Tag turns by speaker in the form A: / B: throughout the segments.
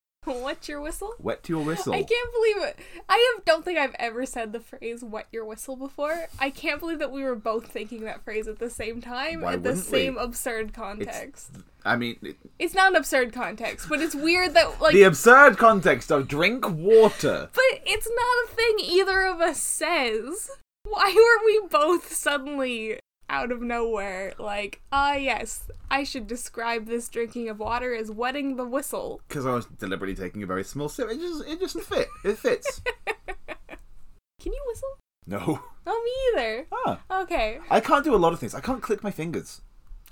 A: What's your whistle?
B: Wet to a whistle.
A: I can't believe it. I have, don't think I've ever said the phrase "wet your whistle" before. I can't believe that we were both thinking that phrase at the same time
B: Why
A: at the
B: wouldn't we?
A: same absurd context. It's,
B: I mean, it-
A: not an absurd context, but it's weird that like.
B: the absurd context of drink water.
A: but it's not a thing either of us says. Why were we both suddenly out of nowhere like, ah, yes, I should describe this drinking of water as wetting the whistle?
B: Because I was deliberately taking a very small sip. It just, it just fit. It fits.
A: Can you whistle?
B: no.
A: Oh, me either.
B: Ah.
A: Okay.
B: I can't do a lot of things. I can't click my fingers.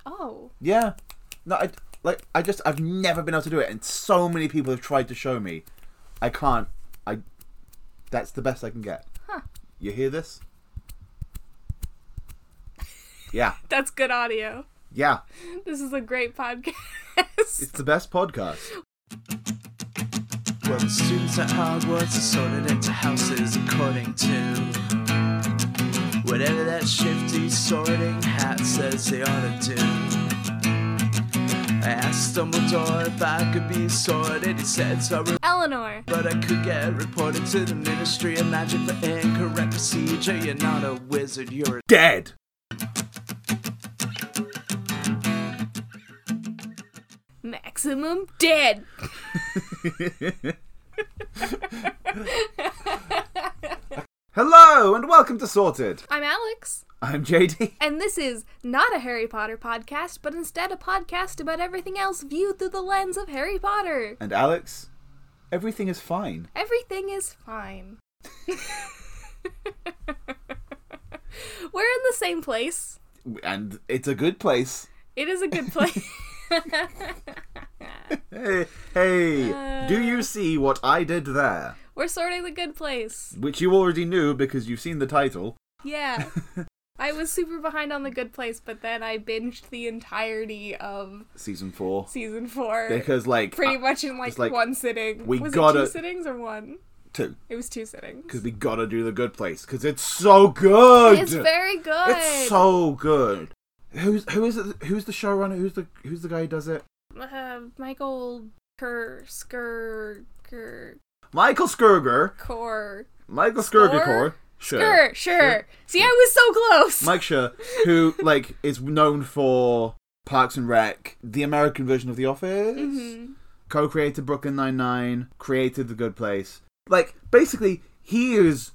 A: Oh.
B: Yeah. No, I like I just I've never been able to do it, and so many people have tried to show me. I can't. I. That's the best I can get.
A: Huh.
B: You hear this? Yeah,
A: That's good audio.
B: yeah.
A: This is a great podcast.
B: It's the best podcast.
C: Well, the students at Hogwarts are sorted into houses according to whatever that shifty sorting hat says they ought to do. I asked Dumbledore if I could be sorted. He said sorry,
A: Eleanor.
C: but I could get reported to the Ministry of Magic for incorrect procedure. You're not a wizard, you're a
B: Dead.
A: Maximum dead.
B: Hello and welcome to Sorted.
A: I'm Alex,
B: I'm JD.
A: and this is not a Harry Potter podcast, but instead a podcast about everything else viewed through the lens of Harry Potter.
B: And Alex, everything is fine.
A: Everything is fine. We're in the same place.
B: And it's a good place.
A: It is a good place.
B: Hey, hey,
A: Uh.
B: do you see what I did there?
A: We're sorting the good place.
B: Which you already knew because you've seen the title.
A: Yeah. I was super behind on The Good Place, but then I binged the entirety of
B: Season 4.
A: season four.
B: Because, like,
A: pretty
B: uh,
A: much in like,
B: it's like,
A: one sitting.
B: we
A: was it
B: gotta-
A: two sittings or one?
B: two.
A: It was two sittings.
B: Because we gotta do The Good Place. Because it's so good!
A: It's very good.
B: It's so good. Who's who is it? Who's the showrunner? Who's the who's the guy who does it?
A: uh, Michael Kersker Ker
B: Michael Skurger.
A: Core.
B: Michael
A: Score?
B: Skurger. Sure.
A: Sure, sure. See, I was so close.
B: Mike Schur, who like is known for Parks and Rec, the American version of The Office,
A: Mm-hmm.
B: co-created Brooklyn Nine Nine, created The Good Place. Like basically, he is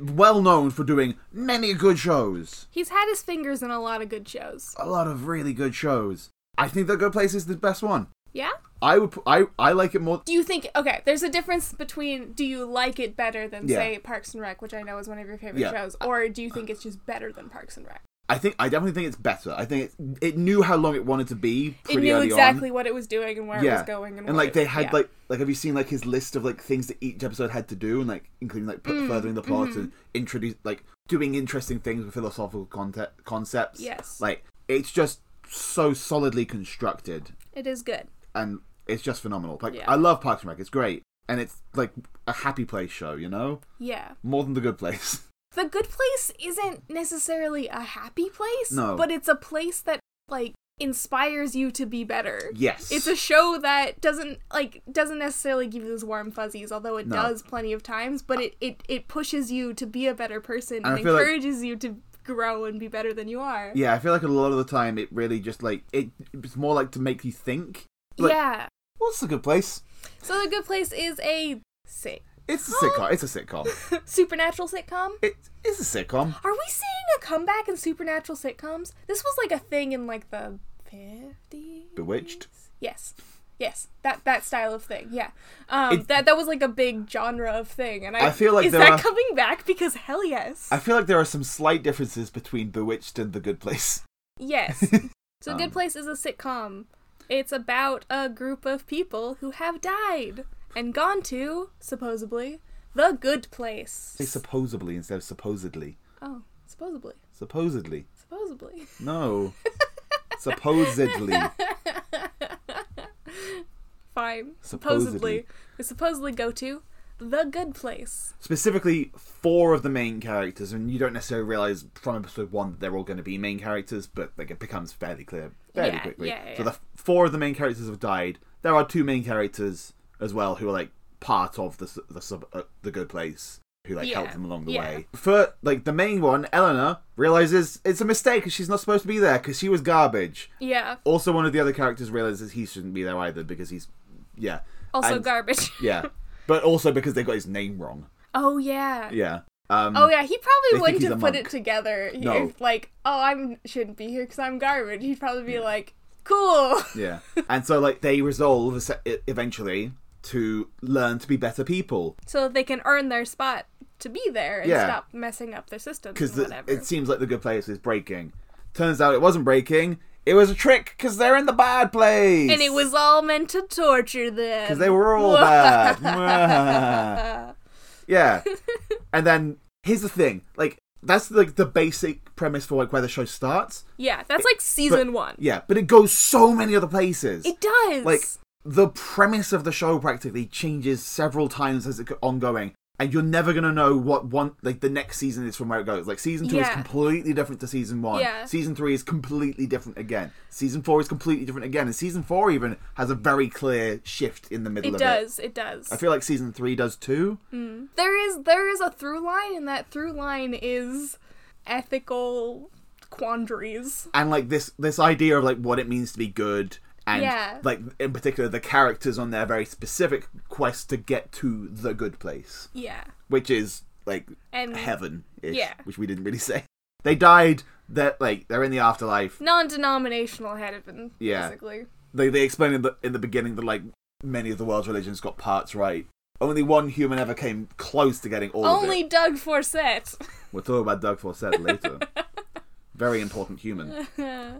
B: well known for doing many good shows,
A: He's had his fingers in a lot of good shows.
B: a lot of really good shows. I think The Good Place is the best one.
A: Yeah?
B: I would, pu- I, I like it more.
A: Do you think okay, there's a difference between do you like it better than
B: Yeah.
A: say Parks and Rec, which I know is one of your favorite
B: Yeah.
A: shows, or do you think it's just better than Parks and Rec?
B: I think I definitely think it's better. I think it, it knew how long it wanted to be.
A: It
B: Pretty
A: knew
B: early on.
A: exactly what it was doing and where it was going and, what
B: like
A: it-
B: they had
A: yeah.
B: like like have you seen like his list of like things that each episode had to do and like including like
A: Mm,
B: put furthering the plot and
A: mm-hmm.
B: introduce like doing interesting things with philosophical conte- concepts
A: Yes.
B: like it's just so solidly constructed
A: it is good.
B: and it's just phenomenal like
A: Yeah.
B: i love parks and rec it's great and it's like a happy place show you know
A: Yeah.
B: more than the good place
A: The good place isn't necessarily a happy place,
B: No.
A: but it's a place that like inspires you to be better.
B: yes
A: It's a show that doesn't like doesn't necessarily give you those warm fuzzies, although it
B: No.
A: does plenty of times, but it, it it pushes you to be a better person
B: I
A: and,
B: feel like-
A: encourages you to grow and be better than you are.
B: yeah i feel like a lot of the time it really just like it it's more like to make you think like-
A: Yeah.
B: what's the good place
A: So the good place is a sick
B: it's a sitcom it's a sitcom
A: supernatural sitcom.
B: it, it's a sitcom
A: Are we seeing a comeback in supernatural sitcoms? This was like a thing in like the 50s.
B: Bewitched.
A: Yes. Yes. That that style of thing. Yeah. Um
B: It-
A: that that was like a big genre of thing and I,
B: I feel like
A: is
B: there
A: that
B: are-
A: coming back because hell yes.
B: I feel like there are some slight differences between Bewitched and The Good Place.
A: Yes. So
B: Um,
A: Good Place is a sitcom. It's about a group of people who have died and gone to supposedly the good place.
B: Say supposedly instead of supposedly.
A: oh, supposedly.
B: Supposedly.
A: Supposedly.
B: No. supposedly.
A: Fine.
B: Supposedly.
A: Supposedly. They supposedly go to the good place.
B: Specifically, four of the main characters, and you don't necessarily realize from episode one that they're all going to be main characters, but like it becomes fairly clear fairly
A: Yeah,
B: quickly.
A: yeah,
B: So
A: yeah.
B: the f- four of the main characters have died. There are two main characters, as well who are like part of the s- the sub uh, the good place who like help
A: Yeah.
B: them along the
A: Yeah.
B: way. For like the main one, Eleanor realizes it's a mistake. 'cause She's not supposed to be there because she was garbage.
A: Yeah.
B: Also, one of the other characters realizes he shouldn't be there either because he's yeah
A: Also
B: And-
A: garbage.
B: yeah, but also because they got his name wrong.
A: Oh yeah.
B: Yeah. Um,
A: Oh yeah, he
B: They
A: probably
B: think
A: wouldn't
B: he's a
A: have put
B: monk.
A: it together. He-
B: No.
A: If like, oh, I shouldn't be here because I'm garbage. He'd probably be like, cool.
B: Yeah. And so, like, they resolve es- eventually to learn to be better people
A: so that they can earn their spot to be there and
B: Yeah.
A: stop messing up their systems
B: because
A: and whatever.
B: it seems like the good place is breaking. Turns out it wasn't breaking; it was a trick because they're in the bad place,
A: and it was all meant to torture them.
B: because they were all bad. yeah. And then here's the thing: like, that's like the basic premise for like where the show starts.
A: Yeah, that's like
B: But-
A: season one.
B: Yeah, but it goes so many other places.
A: It does.
B: like the premise of the show practically changes several times as it go- ongoing and you're never going to know what one like the next season is from where it goes like season 2 is
A: Yeah.
B: completely different to season 1
A: Yeah.
B: season 3 is completely different again season 4 is completely different again and season 4 even has a very clear shift in the middle
A: it
B: of it
A: does. It does.
B: I feel like season 3 does too
A: there is there is a through line, and that through line is ethical quandaries.
B: and like this this idea of like what it means to be good and
A: Yeah.
B: like in particular the characters on their very specific quest to get to the good place
A: Yeah.
B: which is like
A: And
B: heaven ish,
A: Yeah.
B: which we didn't really say. They died. That like they're in the afterlife.
A: non-denominational heaven.
B: Yeah.
A: Basically.
B: They they explained in the in the beginning that like many of the world's religions got parts right. Only one human ever came close to getting all
A: Only
B: of it.
A: Doug Forsett.
B: We'll talk about Doug Forsett later. Very important human.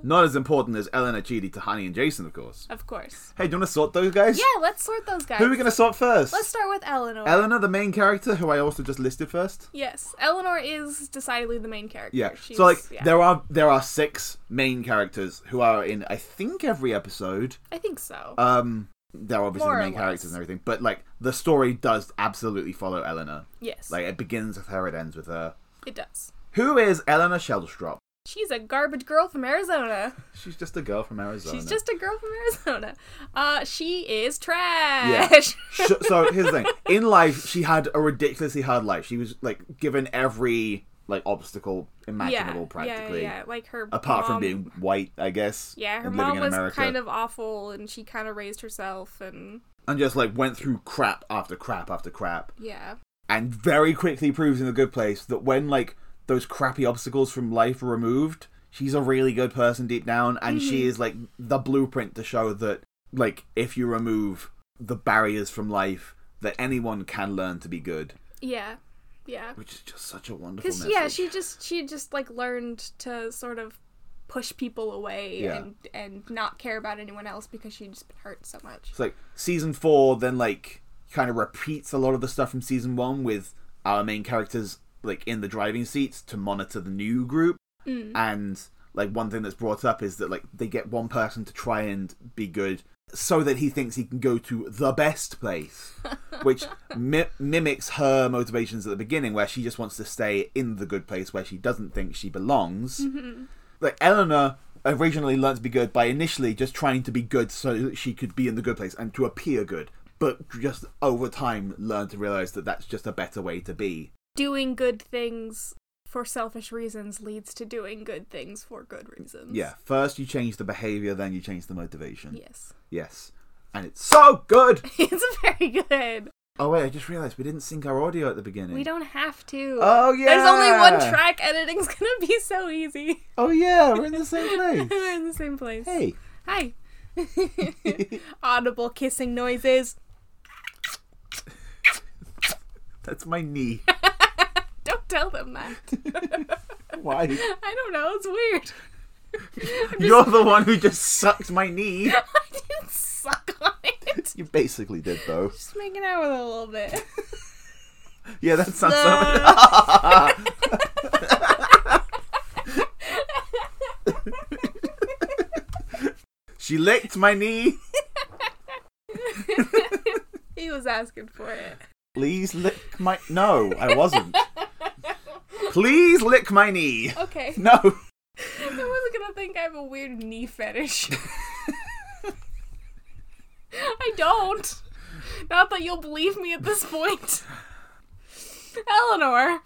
B: Not as important as Eleanor Chidi, Tahani, and Jason, of course.
A: of course.
B: Hey, do you want to sort those guys?
A: Yeah, let's sort those guys.
B: Who are we going to sort 1st
A: Let's start with Eleanor.
B: Eleanor, the main character, who I also just listed first.
A: yes, Eleanor is decidedly the main character.
B: Yeah.
A: She's,
B: so like
A: yeah.
B: there are there are six main characters who are in I think every episode.
A: I think so.
B: Um they're obviously
A: More
B: the
A: or
B: main characters
A: less.
B: and everything, but like the story does absolutely follow Eleanor.
A: yes,
B: Like it begins with her, it ends with her.
A: it does.
B: Who is Eleanor Shellstrop?
A: She's a garbage girl from Arizona.
B: She's just a girl from Arizona.
A: She's just a girl from Arizona. Uh, she is trash.
B: Sh- so here's the thing. In life, she had a ridiculously hard life. She was like given every like obstacle imaginable, practically.
A: Yeah, yeah. Like her
B: Apart from
A: mom-
B: being white, I guess.
A: Yeah, her
B: and living
A: mom
B: in
A: was
B: America.
A: kind of awful, and she kind of raised herself, and
B: and just like went through crap after crap after crap
A: yeah,
B: and very quickly proves in the good place that when like those crappy obstacles from life are removed she's a really good person deep down and she
A: Mm-hmm.
B: is like the blueprint to show that like if you remove the barriers from life that anyone can learn to be good
A: yeah, yeah.
B: which is just such a wonderful
A: Because
B: message
A: yeah, she just she just like learned to sort of push people away
B: Yeah.
A: and and not care about anyone else because she'd just been hurt so much.
B: it's like season four then like kind of repeats a lot of the stuff from season one with our main characters like in the driving seats to monitor the new group and like one thing that's brought up is that like they get one person to try and be good so that he thinks he can go to the best place which mi- mimics her motivations at the beginning where she just wants to stay in the good place where she doesn't think she belongs like Eleanor originally learned to be good by initially just trying to be good so that she could be in the good place and to appear good, but just over time learned to realize that that's just a better way to be.
A: Doing good things for selfish reasons leads to doing good things for good reasons.
B: Yeah, first you change the behavior, then you change the motivation.
A: Yes.
B: Yes. And it's so good!
A: it's very good.
B: Oh, wait, I just realized we didn't sync our audio at the beginning.
A: We don't have to.
B: Oh,
A: There's only one
B: yeah.
A: track. Editing's gonna be so easy.
B: Oh, yeah, we're in the same place.
A: We're in the same place.
B: hey.
A: Hi. Audible kissing noises.
B: That's my knee.
A: Don't tell them that.
B: Why?
A: I don't know. It's weird.
B: You're the one who just sucked my knee.
A: I didn't suck on it.
B: You basically did, though.
A: Just making out with it a little bit.
B: Yeah, that sounds so.
A: Uh,
B: She licked my knee.
A: he was asking for it.
B: Please lick my. No, I wasn't. Please lick my knee.
A: Okay.
B: No.
A: I was gonna think I have a weird knee fetish. I don't. Not that you'll believe me at this point. Eleanor.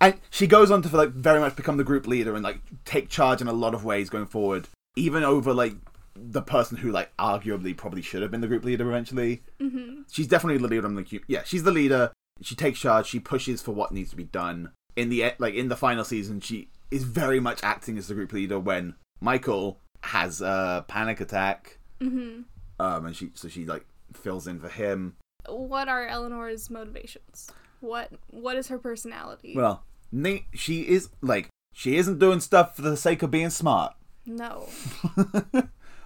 B: And she goes on to like very much become the group leader and like take charge in a lot of ways going forward, even over like the person who like arguably probably should have been the group leader eventually. Mm-hmm. She's definitely the leader on the group. Yeah, she's the leader. She takes charge. She pushes for what needs to be done. In the e- like in the final season, she is very much acting as the group leader when Michael has a panic attack. Mm-hmm. Um, and she so she like fills in for him.
A: What are Eleanor's motivations? What what is her personality?
B: Well, Nate, she is like she isn't doing stuff for the sake of being smart.
A: no.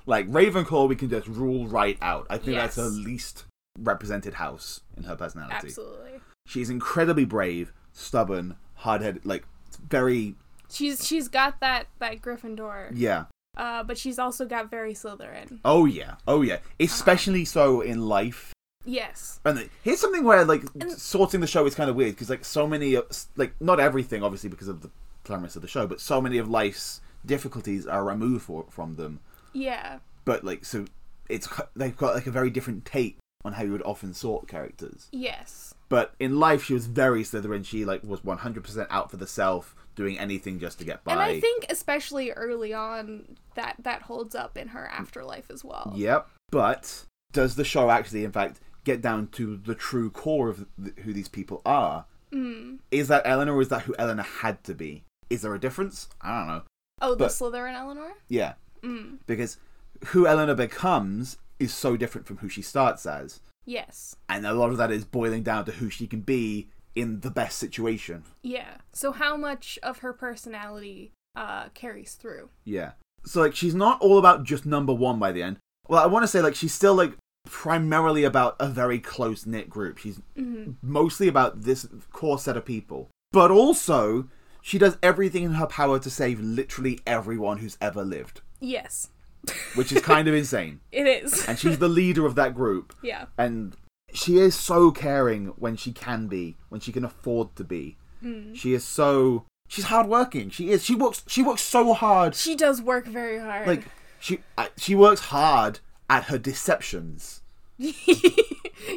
B: like Ravenclaw, we can just rule right out. I think that's her
A: Yes.
B: least represented house in her personality.
A: Absolutely.
B: She's incredibly brave, stubborn, hard-headed, like very
A: She's she's got that that Gryffindor.
B: yeah.
A: Uh but she's also got very Slytherin.
B: Oh yeah. Oh yeah. Especially so in life.
A: Yes.
B: And the- here's something where like sorting the show is kind of weird because like so many of- like not everything obviously because of the premise of the show, but so many of life's difficulties are removed for, from them.
A: Yeah.
B: But like so it's they've got like a very different take on how you would often sort characters.
A: Yes.
B: But in life, she was very Slytherin. She like was one hundred percent out for the self, doing anything just to get by.
A: And I think especially early on that that holds up in her afterlife as well.
B: Yep. But does the show actually, in fact, get down to the true core of th- who these people are?
A: Mm.
B: Is that Eleanor? Or is that who Eleanor had to be? Is there a difference? I don't know.
A: Oh, the
B: But-
A: Slytherin Eleanor?
B: Yeah,
A: Mm.
B: because who Eleanor becomes is so different from who she starts as,
A: Yes.
B: and a lot of that is boiling down to who she can be in the best situation.
A: Yeah. So how much of her personality uh carries through?
B: Yeah. So like she's not all about just number one by the end. Well, I want to say like she's still like primarily about a very close knit group. She's
A: Mm-hmm.
B: Hmm. mostly about this core set of people, but also she does everything in her power to save literally everyone who's ever lived,
A: Yes.
B: which is kind of insane.
A: It is.
B: And she's the leader of that group,
A: yeah.
B: and she is so caring when she can be, when she can afford to be. She is so she's hardworking. She is. She works. She works so hard
A: She does work very hard.
B: like she I, she works hard at her deceptions.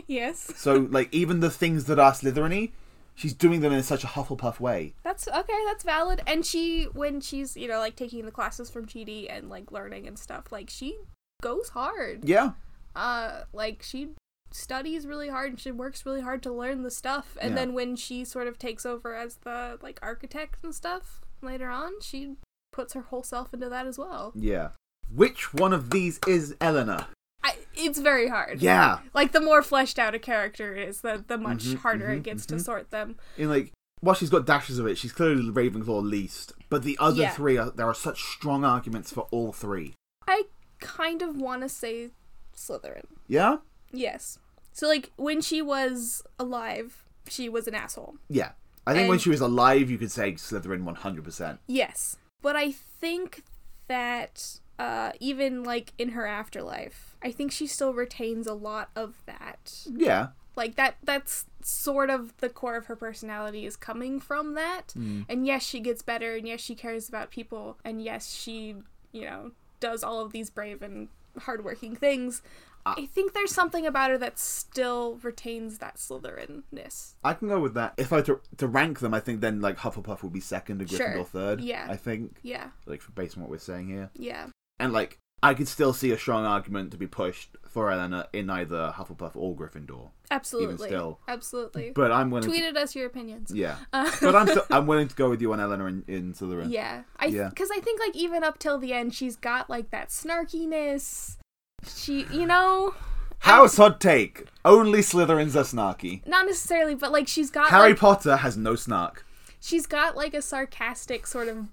A: yes.
B: So like even the things that are Slytherin-y, she's doing them in such a Hufflepuff way.
A: That's okay, that's valid. And she when she's, you know, like taking the classes from GD and like learning and stuff, like she goes hard.
B: Yeah,
A: Uh like she studies really hard and she works really hard to learn the stuff. And
B: Yeah.
A: then when she sort of takes over as the like architect and stuff later on, she puts her whole self into that as well.
B: yeah. Which one of these is Eleanor?
A: I, it's very hard.
B: Yeah,
A: Like the more fleshed out a character is, the the much
B: Mm-hmm,
A: harder it gets to sort them.
B: in like while she's got dashes of it, she's clearly Ravenclaw least. But the other
A: Yeah.
B: three are there are such strong arguments for all three.
A: I kind of want to say Slytherin.
B: Yeah,
A: Yes. So like when she was alive, she was an asshole.
B: yeah. I think when
A: And-
B: she was alive, you could say Slytherin one hundred percent.
A: Yes. But I think that uh even like in her afterlife, I think she still retains a lot of that.
B: Yeah,
A: Like that that's sort of the core of her personality is coming from that.
B: Hmm.
A: And yes, she gets better and yes, she cares about people and yes, she, you know, does all of these brave and hardworking things. I think there's something about her that still retains that Slytherin-ness.
B: I can go with that. If I to, to rank them, I think then like Hufflepuff would be second and
A: Sure.
B: Gryffindor third.
A: Yeah.
B: I think
A: Yeah,
B: like based on what we're saying here,
A: yeah.
B: and like I could still see a strong argument to be pushed for Eleanor in either Hufflepuff or Gryffindor.
A: Absolutely.
B: still.
A: Absolutely.
B: But I'm willing.
A: Tweet at us your opinions.
B: to, yeah,
A: Uh,
B: but I'm still, I'm willing to go with you on Eleanor in, in Slytherin.
A: yeah. I
B: Yeah.
A: because I think like even up till the end she's got like that snarkiness. She, you know,
B: House hot take: only Slytherins are snarky.
A: not necessarily, but like she's got
B: Harry
A: Uh, like,
B: Potter has no snark
A: she's got like a sarcastic sort of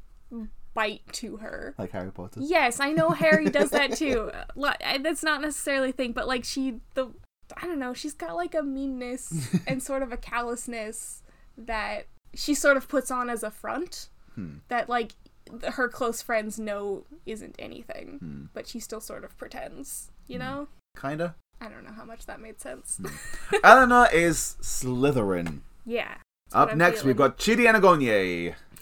A: bite to her.
B: like Harry Potter.
A: Yes, I know Harry does that too. Li- I- That's not necessarily a thing, but like she the I don't know, she's got like a meanness and sort of a callousness that she sort of puts on as a front
B: Hmm,
A: that like th- her close friends know isn't anything, but she still sort of pretends,
B: Mm.
A: you know?
B: hmm. Kinda.
A: I don't know how much that made sense.
B: Eleanor is Slytherin.
A: yeah.
B: Up
A: what I'm
B: next, we've
A: feeling.
B: got Chidi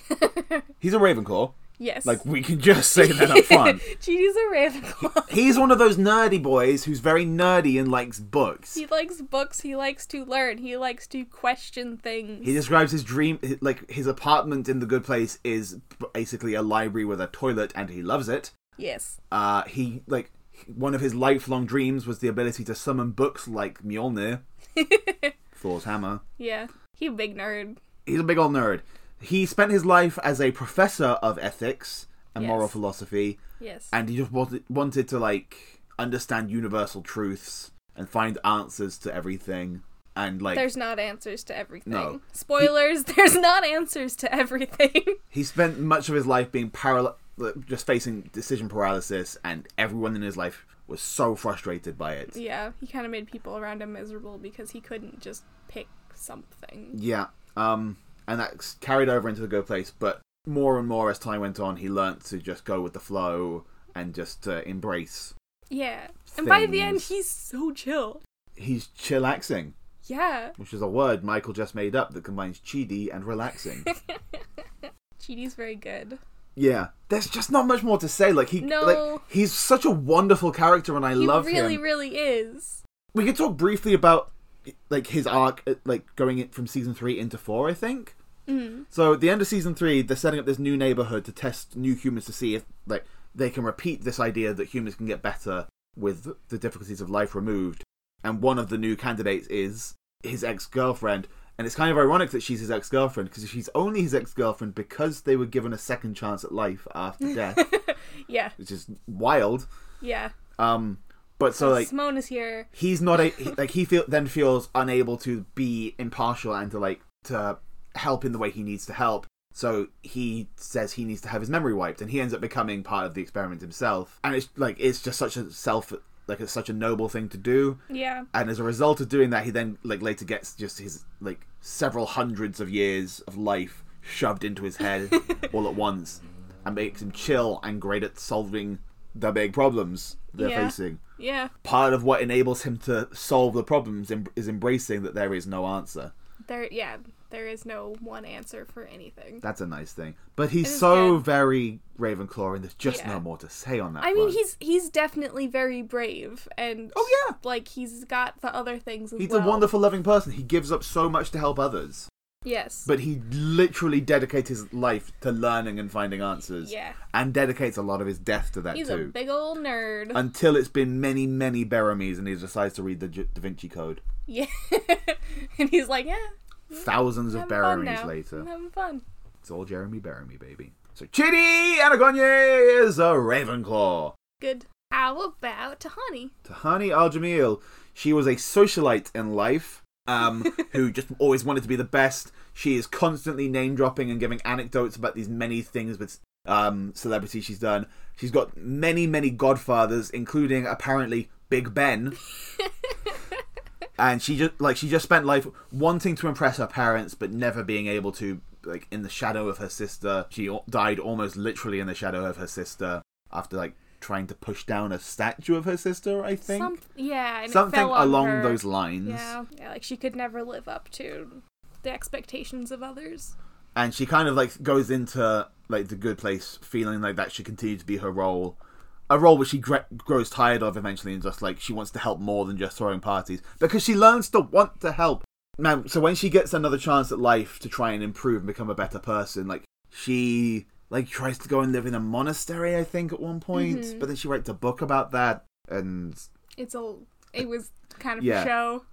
B: Anagonye. He's a Ravenclaw.
A: Yes.
B: Like we can just say that up front.
A: Genie's a Ravenclaw.
B: He's one of those nerdy boys who's very nerdy and likes books.
A: He likes books. He likes to learn. He likes to question things.
B: He describes his dream, hi- like his apartment in the good place is basically a library with a toilet, and he loves it.
A: yes.
B: Uh, he like one of his lifelong dreams was the ability to summon books like Mjolnir, Thor's hammer.
A: Yeah. He a big nerd.
B: He's a big old nerd. He spent his life as a professor of ethics and moral
A: Yes.
B: philosophy,
A: Yes.
B: and he just wanted, wanted to like understand universal truths and find answers to everything. And like
A: there's not answers to everything.
B: No.
A: Spoilers, there's not answers to everything.
B: he spent much of his life being paralyzed, just facing decision paralysis, and everyone in his life was so frustrated by it.
A: yeah, he kind of made people around him miserable because he couldn't just pick something.
B: Yeah, um, and that's carried over into the good place. But more and more as time went on, he learnt to just go with the flow and just uh, embrace.
A: Yeah. And by the end,
B: Things.
A: he's so chill.
B: He's chillaxing,
A: Yeah.
B: which is a word Michael just made up that combines cheaty and relaxing.
A: Chidi's very good.
B: yeah, there's just not much more to say. Like he,
A: No.
B: like he's such a wonderful character, and I
A: he
B: love
A: really,
B: him.
A: really is.
B: we could talk briefly about like his arc uh, like going in from season three into four i think mm. so at the end of season three they're setting up this new neighborhood to test new humans to see if like they can repeat this idea that humans can get better with the difficulties of life removed and one of the new candidates is his ex-girlfriend and it's kind of ironic that she's his ex-girlfriend because she's only his ex-girlfriend because they were given a second chance at life after death
A: Yeah.
B: which is wild
A: Yeah.
B: um but so like
A: Simone is here.
B: he's not a he- like he feel then feels unable to be impartial and to like to help in the way he needs to help so he says he needs to have his memory wiped and he ends up becoming part of the experiment himself and it's like it's just such a self like it's such a noble thing to do
A: Yeah.
B: and as a result of doing that he then like later gets just his like several hundreds of years of life shoved into his head all at once and makes him chill and great at solving the big problems they're
A: Yeah.
B: facing
A: Yeah.
B: part of what enables him to solve the problems em- is embracing that there is no answer.
A: There yeah, there is no one answer for anything.
B: That's a nice thing. But he's
A: is
B: so
A: good.
B: very Ravenclaw, and there's just
A: Yeah.
B: no more to say on that.
A: I mean,
B: one.
A: he's he's definitely very brave and
B: Oh, yeah.
A: like he's got the other things as
B: he's
A: well.
B: a wonderful, loving person. He gives up so much to help others,
A: Yes.
B: but he literally dedicates his life to learning and finding answers.
A: Yeah.
B: and dedicates a lot of his death to that
A: He's a
B: too.
A: big old nerd.
B: Until it's been many, many Baramies, and he decides to read the J- Da Vinci Code.
A: yeah. and he's like, yeah,
B: Thousands
A: I'm
B: of
A: Mm-hmm. fun
B: Baramies
A: now.
B: later.
A: I'm having fun.
B: It's all Jeremy Barry, baby. So Chitty Anagonye is a Ravenclaw.
A: Good. How about Tahani?
B: Tahani Al Jamil, she was a socialite in life, um, who just always wanted to be the best. She is constantly name dropping and giving anecdotes about these many things with um, celebrities she's done. She's got many, many godfathers, including apparently Big Ben. and she just like she just spent life wanting to impress her parents but never being able to like in the shadow of her sister she al- died almost literally in the shadow of her sister after like trying to push down a statue of her sister i think
A: Some, yeah, and it
B: something
A: fell on
B: along
A: her.
B: those lines
A: Yeah. yeah, like she could never live up to the expectations of others.
B: and she kind of like goes into like the good place feeling like that should continue to be her role a role which she gre- grows tired of eventually and just like she wants to help more than just throwing parties because she learns to want to help now so when she gets another chance at life to try and improve and become a better person like she like tries to go and live in a monastery i think at one point but then she writes a book about that and
A: It's a, it was kind of
B: Yeah.
A: a show.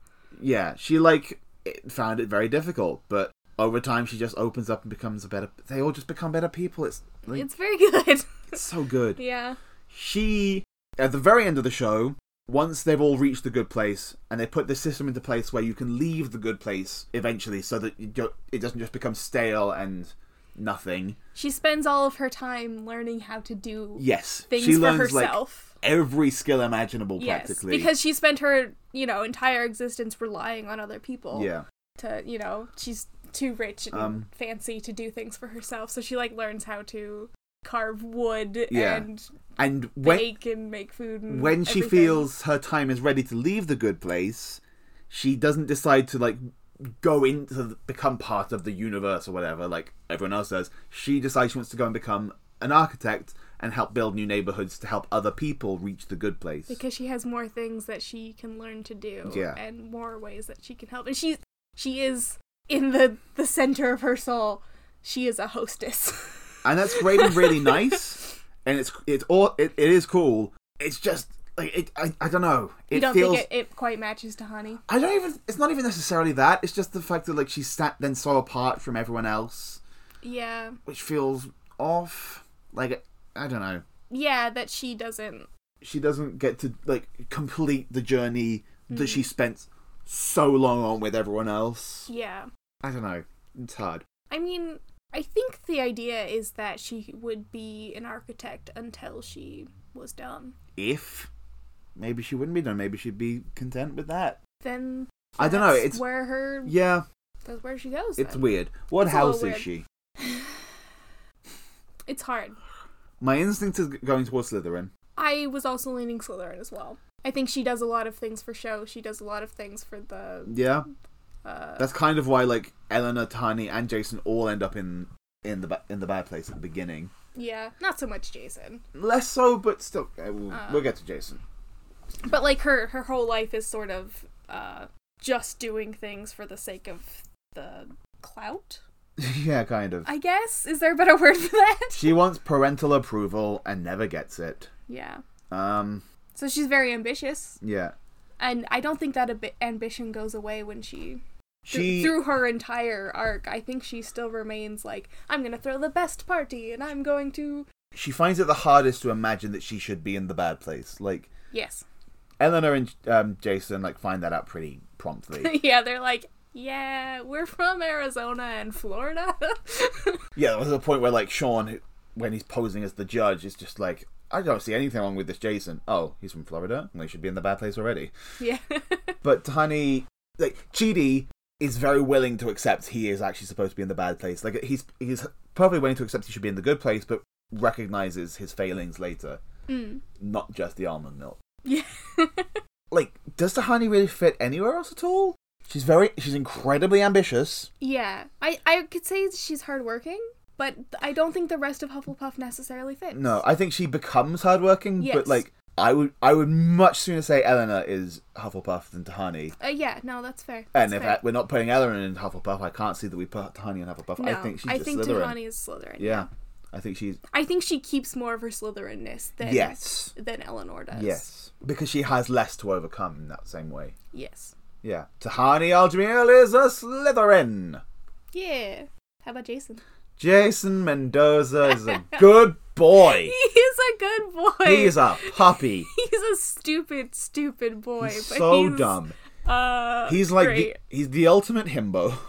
B: yeah, she like it, found it very difficult, but over time she just opens up and becomes a better. They all just become better people. It's like,
A: It's very good.
B: it's so good.
A: yeah.
B: She at the very end of the show, once they've all reached the good place, and they put the system into place where you can leave the good place eventually, so that you don't, it doesn't just become stale and nothing.
A: She spends all of her time learning how to do
B: Yes,
A: things
B: she
A: for
B: learns like
A: herself.
B: every skill imaginable
A: yes,
B: practically.
A: because she spent her, you know, entire existence relying on other people.
B: yeah,
A: to you know she's too rich and
B: Um,
A: fancy to do things for herself so she like learns how to carve wood
B: Yeah.
A: and
B: and when
A: bake and make food and
B: when she
A: Mm, everything.
B: feels her time is ready to leave the good place, she doesn't decide to like go into the, become part of the universe or whatever like everyone else does. She decides she wants to go and become an architect and help build new neighborhoods to help other people reach the good place.
A: because she has more things that she can learn to do
B: Yeah.
A: and more ways that she can help and she's she is in the the center of her soul she is a hostess
B: and that's really really nice and it's it's all it, it is cool it's just like it i, I don't know it
A: you don't
B: feels
A: think it, it quite matches to honey
B: i don't even it's not even necessarily that it's just the fact that like she's sat then so apart from everyone else
A: yeah
B: which feels off like i don't know
A: yeah that she doesn't
B: she doesn't get to like complete the journey that
A: Hmm.
B: she spent so long on with everyone else
A: yeah
B: i don't know it's hard
A: i mean i think the idea is that she would be an architect until she was done
B: if maybe she wouldn't be done maybe she'd be content with that
A: then
B: i don't know
A: that's
B: it's
A: where her
B: yeah
A: that's where she goes
B: It's
A: then.
B: weird. What
A: It's a little
B: house is
A: weird.
B: she?
A: it's hard
B: My instinct is going towards Slytherin.
A: I was also leaning Slytherin as well. I think she does a lot of things for show. She does a lot of things for the.
B: Yeah,
A: Uh,
B: that's kind of why like Eleanor, Tani, and Jason all end up in in the ba- in the bad place at the beginning.
A: yeah, not so much Jason,
B: Less so, but still, uh, we'll,
A: Uh.
B: we'll get to Jason.
A: but like her her whole life is sort of uh, just doing things for the sake of the clout.
B: yeah, kind of.
A: I guess is there a better word for that?
B: She wants parental approval and never gets it.
A: Yeah.
B: Um,
A: So she's very ambitious,
B: yeah,
A: and I don't think that abi- ambition goes away when she thr-
B: she
A: through her entire arc. I think she still remains like I'm gonna throw the best party, and I'm going to
B: she finds it the hardest to imagine that she should be in the bad place. Like
A: yes,
B: Eleanor and um, Jason like find that out pretty promptly.
A: yeah, they're like, yeah, we're from Arizona and Florida.
B: Yeah, there was a point where like Sean, who- when he's posing as the judge, is just like, I don't see anything wrong with this Jason. Oh, he's from Florida. Well, he should be in the bad place already.
A: yeah.
B: But Tiny, like Chidi, is very willing to accept he is actually supposed to be in the bad place. Like he's he's perfectly willing to accept he should be in the good place, but recognizes his failings later,
A: Mm.
B: not just the almond milk.
A: Yeah.
B: Like, does Tahani really fit anywhere else at all? She's very she's incredibly ambitious.
A: yeah. I, I could say she's hardworking, but I don't think the rest of Hufflepuff necessarily fits.
B: No, I think she becomes hardworking,
A: Yes.
B: but like I would, I would much sooner say Eleanor is Hufflepuff than Tahani.
A: Uh, yeah, no, that's fair.
B: And
A: That's
B: if
A: fair.
B: I, we're not putting Eleanor in Hufflepuff, I can't see that we put Tahani in Hufflepuff.
A: no,
B: I think she's just Slytherin.
A: Tahani is Slytherin.
B: yeah, I think she's
A: I think she keeps more of her Slytherinness than
B: yes,
A: than Eleanor does.
B: yes, because she has less to overcome in that same way.
A: Yes.
B: Yeah, Tahani Aldriel is a Slytherin.
A: Yeah. How about Jason?
B: Jason Mendoza is a good boy.
A: He's a good boy.
B: He's a puppy.
A: He's a stupid, stupid boy.
B: He's
A: but
B: so
A: he's,
B: dumb.
A: Uh,
B: He's like the,
A: great.
B: he's the ultimate himbo.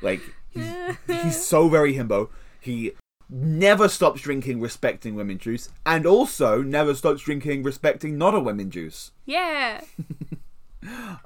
B: like he's, he's so very himbo. He never stops drinking respecting women juice, and also never stops drinking respecting not a women juice.
A: yeah.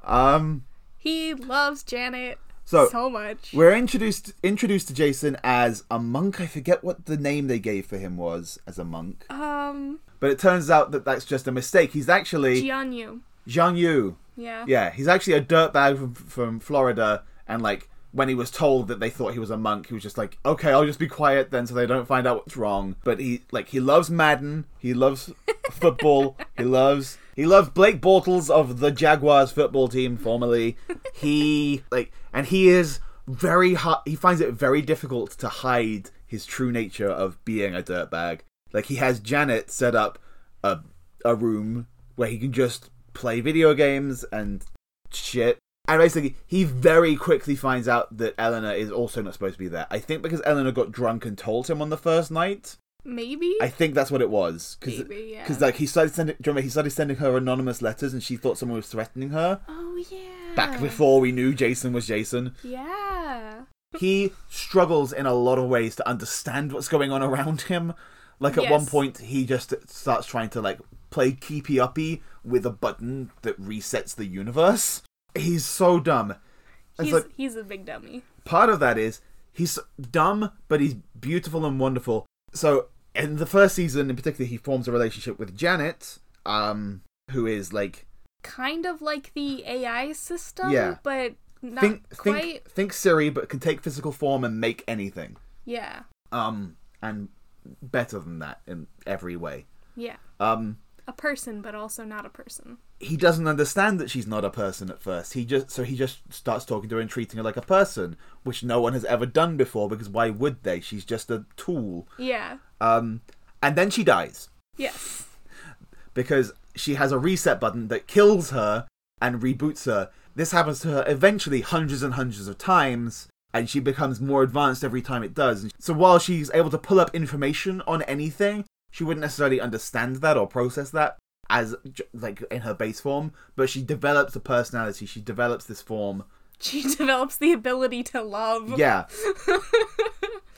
B: Um,
A: He loves Janet
B: so,
A: so, much.
B: we're introduced introduced to Jason as a monk. I forget what the name they gave for him was as a monk,
A: Um,
B: but it turns out that that's just a mistake. He's actually
A: Jianyu.
B: Zhang Yu.
A: Yeah.
B: Yeah, he's actually a dirtbag from, from Florida, and like when he was told that they thought he was a monk, he was just like, "Okay, I'll just be quiet then, so they don't find out what's wrong." But he like he loves Madden, he loves football, he loves he loves Blake Bortles of the Jaguars football team formerly. He like and he is very hard. He finds it very difficult to hide his true nature of being a dirtbag. Like he has Janet set up a a room where he can just play video games and shit. And basically, he very quickly finds out that Eleanor is also not supposed to be there. I think because Eleanor got drunk and told him on the first night.
A: Maybe.
B: I think that's what it was. Because
A: Maybe, yeah.
B: like he started sending, do you remember he started sending her anonymous letters, and she thought someone was threatening her.
A: oh yeah.
B: Back before we knew Jason was Jason,
A: Yeah.
B: he struggles in a lot of ways to understand what's going on around him. Like at one
A: Yes.
B: point, he just starts trying to like play keepy uppy with a button that resets the universe. He's so dumb. It's
A: He's
B: like
A: he's a big dummy.
B: part of that is he's dumb, but he's beautiful and wonderful. So in the first season, in particular, he forms a relationship with Janet, um, who is like
A: Kind of like the AI system,
B: Yeah.
A: but not
B: think
A: quite.
B: think think Siri, but can take physical form and make anything.
A: Yeah.
B: Um, and better than that in every way.
A: Yeah.
B: Um,
A: A person, but also not a person.
B: he doesn't understand that she's not a person at first. He just so he just starts talking to her and treating her like a person, which no one has ever done before because why would they? She's just a tool.
A: Yeah.
B: Um, and then she dies
A: Yes.
B: because she has a reset button that kills her and reboots her. This happens to her eventually hundreds and hundreds of times, and she becomes more advanced every time it does. So while she's able to pull up information on anything, she wouldn't necessarily understand that or process that as j- like in her base form, but she develops a personality. She develops this form.
A: She develops the ability to love.
B: Yeah.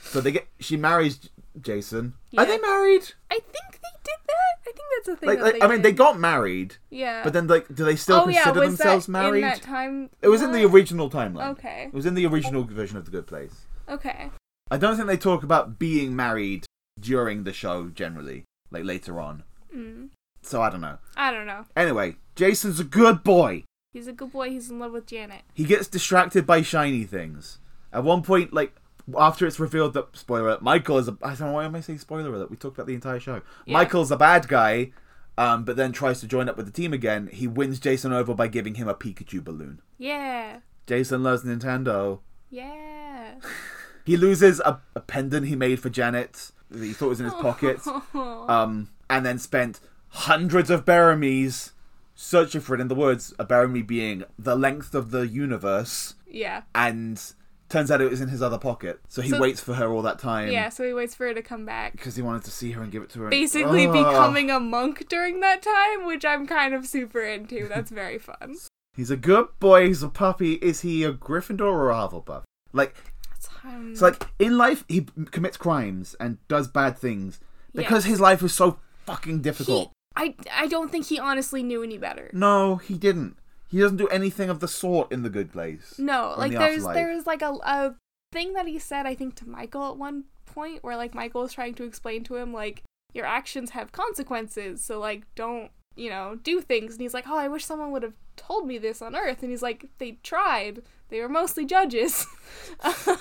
B: so they get. She marries J- Jason.
A: Yeah.
B: Are they married?
A: I think they did that. I think that's a thing.
B: Like,
A: that
B: like I mean, they
A: did.
B: got married,
A: Yeah.
B: but then like, do they still
A: oh yeah,
B: consider
A: was
B: themselves
A: that
B: married?
A: in that time?
B: It was in the original timeline.
A: Okay.
B: It was in the original version of The Good Place.
A: Okay.
B: I don't think they talk about being married during the show generally, like later on.
A: Mm.
B: So I don't know.
A: I don't know.
B: Anyway, Jason's a good boy.
A: He's a good boy. He's in love with Janet.
B: He gets distracted by shiny things. At one point, like after it's revealed that spoiler alert, Michael is a I don't know why am I saying spoiler alert? We talked about the entire show.
A: Yeah.
B: Michael's a bad guy, um, but then tries to join up with the team again. He wins Jason over by giving him a Pikachu balloon.
A: Yeah.
B: Jason loves Nintendo.
A: Yeah.
B: He loses a, a pendant he made for Janet that he thought was in his pocket, um, and then spent hundreds of Baramies searching for it in the woods. A Baramy being the length of the universe,
A: yeah.
B: and turns out it was in his other pocket. So he
A: So-
B: waits for her all that time
A: Yeah. So he waits for her to come back.
B: because he wanted to see her and give it to her. Ah, and-
A: Basically,
B: Ugh.
A: becoming a monk during that time, which I'm kind of super into. That's very fun.
B: he's a good boy. He's a puppy. Is he a Gryffindor or a Hufflepuff? Like
A: That's, um,
B: So like in life, he p- commits crimes and does bad things because
A: Yes.
B: his life was so fucking
A: he,
B: difficult.
A: I I don't think he honestly knew any better.
B: No, he didn't. He doesn't do anything of the sort in the good place.
A: No,
B: or in
A: like
B: the
A: there's
B: afterlife.
A: there was like a a thing that he said I think to Michael at one point where like Michael was trying to explain to him like your actions have consequences, so like don't you know do things, and he's like, oh, I wish someone would have told me this on Earth, and he's like, they tried, they were mostly judges,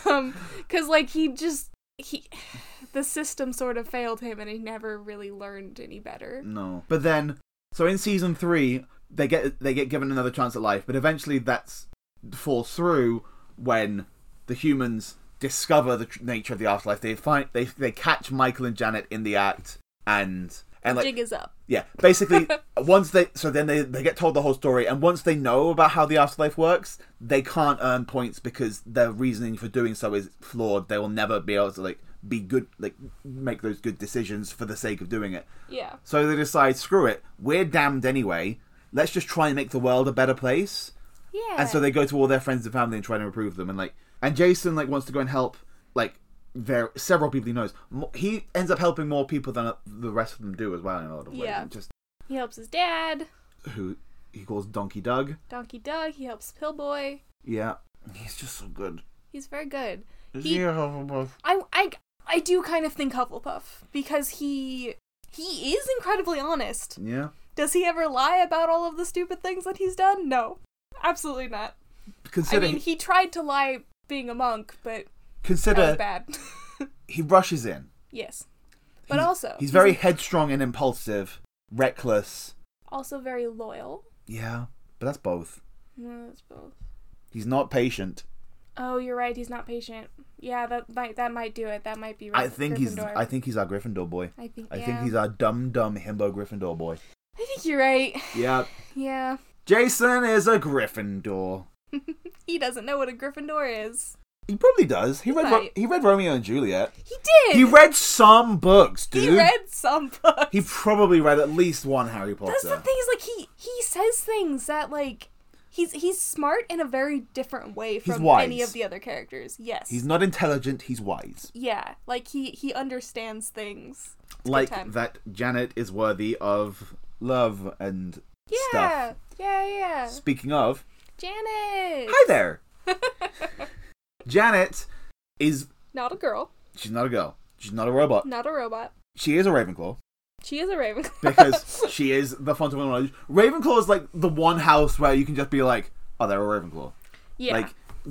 A: um, because like he just he the system sort of failed him, and he never really learned any better.
B: No. But then, so in season three, they get they get given another chance at life, but eventually that's falls through when the humans discover the tr- nature of the afterlife. They find they they catch Michael and Janet in the act, and and like
A: Jig is up.
B: Yeah, basically, once they so then they they get told the whole story, and once they know about how the afterlife works, they can't earn points because their reasoning for doing so is flawed. They will never be able to like be good, like make those good decisions for the sake of doing it.
A: Yeah.
B: So they decide, screw it, we're damned anyway. Let's just try and make the world a better place.
A: Yeah.
B: And so they go to all their friends and family and try to improve them. And like, and Jason like wants to go and help like ver- several people he knows. Mo- He ends up helping more people than uh, the rest of them do as well in a lot of ways.
A: Yeah.
B: Just
A: he helps his dad,
B: who he calls Donkey Doug.
A: Donkey Doug. He helps Pillboy.
B: Yeah, he's just so good.
A: He's very good.
B: Is
A: He-
B: he a Hufflepuff?
A: I, I, I do kind of think Hufflepuff because he he is incredibly honest.
B: Yeah,
A: Does he ever lie about all of the stupid things that he's done? No, absolutely not. I
B: consider
A: mean,
B: he-
A: he tried to lie being a monk, but that was
B: consider
A: bad.
B: he rushes in.
A: yes, but
B: He's-
A: also
B: he's very headstrong and impulsive, reckless.
A: also very loyal.
B: Yeah, but that's both.
A: No, that's both.
B: He's not patient.
A: Oh, you're right. He's not patient. Yeah, that might that might do it. That might be.
B: I
A: Gryff-
B: think he's
A: Gryffindor.
B: I think he's our Gryffindor boy.
A: I think.
B: I
A: yeah.
B: think he's our dumb dumb himbo Gryffindor boy.
A: I think you're right.
B: Yeah,
A: Yeah.
B: Jason is a Gryffindor.
A: He doesn't know what a Gryffindor is.
B: He probably does. He, read Ro-
A: might.
B: he read Romeo and Juliet.
A: He did.
B: He read some books, dude.
A: He read some books.
B: He probably read at least one Harry Potter.
A: That's the thing is like he he says things that like he's he's smart in a very different way from
B: wise.
A: any of the other characters. Yes.
B: He's not intelligent, he's wise.
A: yeah, like he he understands things.
B: Like
A: time.
B: that Janet is worthy of love and
A: Yeah.
B: stuff.
A: Yeah, yeah.
B: Speaking of,
A: Janet.
B: hi there. Janet is
A: Not a girl,
B: she's not a girl. She's not a robot.
A: not a robot.
B: She is a Ravenclaw
A: She is a Ravenclaw.
B: because she is the font of knowledge. Ravenclaw is like the one house where you can just be like, oh, they're a Ravenclaw.
A: yeah.
B: Like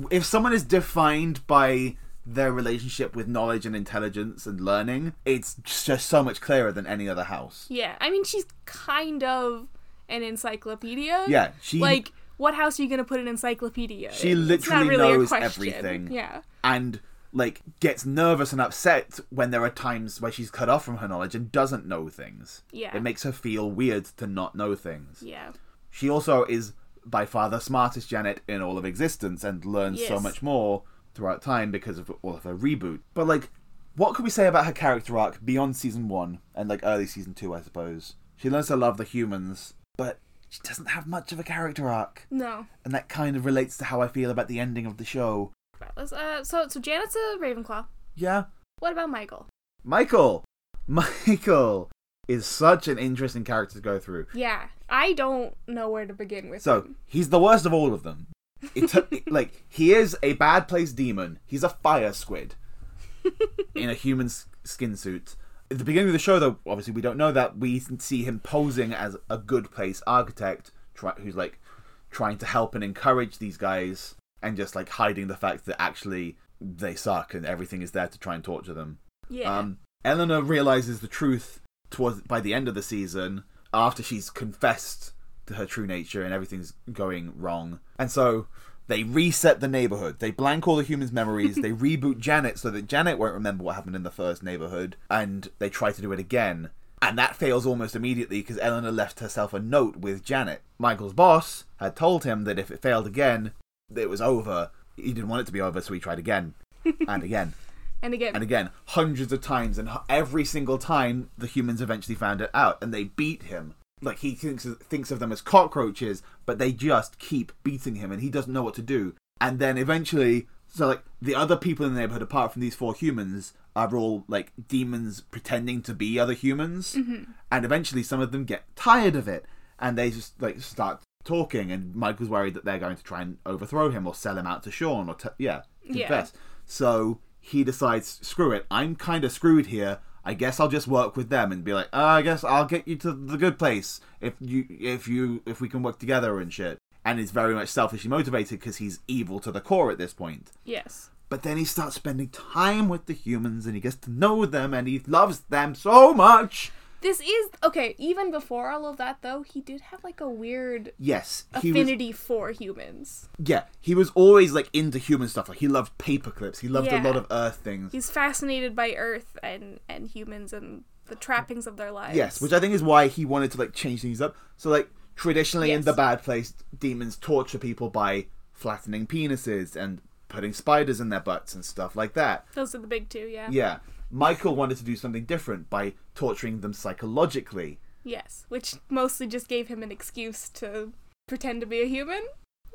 B: if someone is defined by their relationship with knowledge and intelligence and learning, it's just so much clearer than any other house.
A: Yeah, I mean, she's kind of an encyclopedia.
B: Yeah, she
A: Like, what house are you going to put an encyclopedia?
B: She
A: in? It's not
B: literally
A: really a
B: knows
A: question.
B: everything.
A: Yeah.
B: and like gets nervous and upset when there are times where she's cut off from her knowledge and doesn't know things.
A: Yeah.
B: It makes her feel weird to not know things.
A: Yeah.
B: She also is by far the smartest Janet in all of existence and learns so
A: Yes.
B: much more throughout time because of all of her reboot. But like what could we say about her character arc beyond season 1 and like early season 2 I suppose? She learns to love the humans, but she doesn't have much of a character arc.
A: No.
B: And that kind of relates to how I feel about the ending of the show.
A: Regardless, Uh, so, so Janet's a Ravenclaw.
B: Yeah,
A: What about Michael?
B: Michael. Michael is such an interesting character to go through.
A: Yeah, I don't know where to begin with.
B: So
A: him.
B: he's the worst of all of them. It took like he is a bad place demon. He's a fire squid in a human s- skin suit. At the beginning of the show, though, obviously we don't know that. We see him posing as a good place architect, try- who's like trying to help and encourage these guys, and just like hiding the fact that actually they suck and everything is there to try and torture them.
A: yeah,
B: Um, Eleanor realizes the truth towards by the end of the season after she's confessed to her true nature and everything's going wrong. And so they reset the neighborhood. They blank all the humans' memories. they reboot Janet so that Janet won't remember what happened in the first neighborhood. And they try to do it again. And that fails almost immediately because Eleanor left herself a note with Janet. Michael's boss had told him that if it failed again, it was over. He didn't want it to be over, so he tried again and again
A: and again,
B: and again hundreds of times and hu- every single time the humans eventually found it out and they beat him like he thinks thinks of them as cockroaches but they just keep beating him and he doesn't know what to do and then eventually so like the other people in the neighborhood apart from these four humans are all like demons pretending to be other humans and eventually some of them get tired of it and they just like start talking and michael's worried that they're going to try and overthrow him or sell him out to sean or t- yeah
A: Yeah.
B: confess so he decides screw it i'm kind of screwed here i guess i'll just work with them and be like uh, i guess i'll get you to the good place if you if you if we can work together and shit and is very much selfishly motivated because he's evil to the core at this point
A: yes,
B: but then he starts spending time with the humans and he gets to know them and he loves them so much
A: this is okay. Even before all of that, though, he did have like a weird
B: yes he was
A: affinity for humans.
B: Yeah, he was always like into human stuff. Like he loved paper clips. He loved
A: Yeah.
B: a lot of Earth things.
A: He's fascinated by Earth and and humans and the trappings of their lives.
B: yes, which I think is why he wanted to like change things up. So like traditionally in
A: Yes.
B: the bad place, demons torture people by flattening penises and putting spiders in their butts and stuff like that.
A: those are the big two. Yeah.
B: Yeah, Michael wanted to do something different by torturing them psychologically.
A: Yes, which mostly just gave him an excuse to pretend to be a human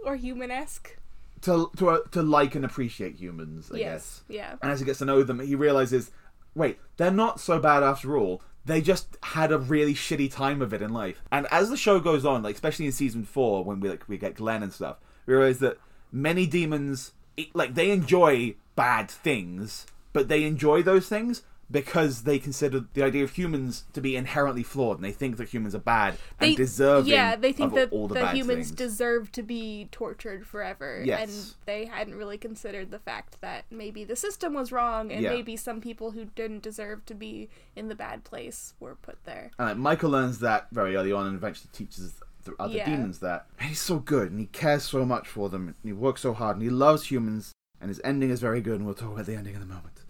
A: or human-esque.
B: To to uh, to like and appreciate humans, I guess.
A: yes. Yeah.
B: And as he gets to know them, he realizes, wait, they're not so bad after all. They just had a really shitty time of it in life. And as the show goes on, like especially in season four, when we like we get Glenn and stuff, we realize that many demons it- like they enjoy bad things, but they enjoy those things because they consider the idea of humans to be inherently flawed, and they think that humans are bad and deserving.
A: Yeah, they think
B: of
A: that
B: all the,
A: the
B: bad
A: humans
B: things.
A: deserve to be tortured forever.
B: Yes.
A: And they hadn't really considered the fact that maybe the system was wrong and
B: Yeah.
A: maybe some people who didn't deserve to be in the bad place were put there.
B: And like, Michael learns that very early on and eventually teaches the other
A: Yeah.
B: demons that. And he's so good and he cares so much for them and he works so hard and he loves humans and his ending is very good and we'll talk about the ending in a moment.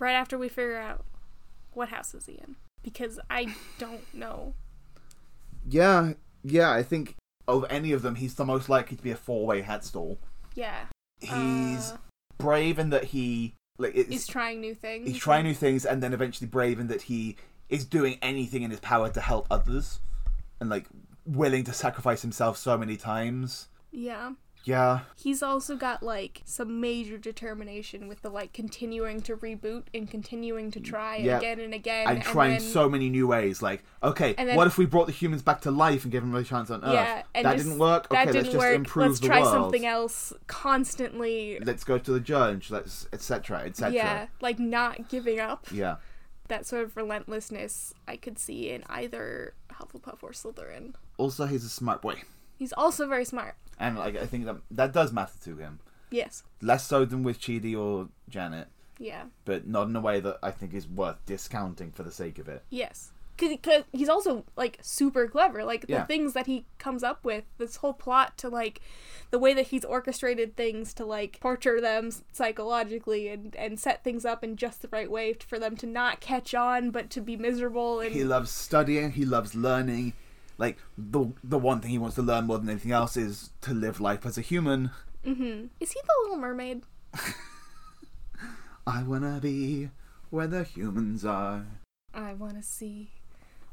A: Right after we figure out what house is he in. Because I don't know.
B: Yeah, yeah, I think of any of them, he's the most likely to be a four way hat stall.
A: Yeah.
B: He's
A: uh,
B: brave in that he. like it's,
A: he's trying new things.
B: He's trying new things and then eventually brave in that he is doing anything in his power to help others and like willing to sacrifice himself so many times.
A: Yeah.
B: Yeah.
A: He's also got like some major determination with the like continuing to reboot and continuing to try
B: Yeah.
A: again and again
B: and trying
A: then-
B: so many new ways. Like, okay,
A: And then-
B: what if we brought the humans back to life and gave them a chance on Earth?
A: Yeah, and
B: Uh, that
A: just-
B: didn't work. Okay,
A: That didn't
B: let's just
A: work.
B: improve
A: let's
B: the
A: try
B: world.
A: something else constantly.
B: Let's go to the judge. Let's etc. etc.
A: Yeah,
B: Yeah.
A: like not giving up.
B: yeah,
A: That sort of relentlessness I could see in either Hufflepuff or Slytherin.
B: Also, he's a smart boy,
A: He's also very smart.
B: and like I think that that does matter to him.
A: Yes.
B: Less so than with Chidi or Janet,
A: Yeah.
B: but not in a way that I think is worth discounting for the sake of it.
A: Yes. Because he's also like super clever. Like the
B: Yeah.
A: things that he comes up with, this whole plot to like the way that he's orchestrated things to like torture them s- psychologically and and set things up in just the right way for them to not catch on, but to be miserable and
B: He loves studying. He loves learning. Like the the one thing he wants to learn more than anything else is to live life as a human.
A: is he the Little Mermaid?
B: I wanna be where the humans are.
A: I want to see,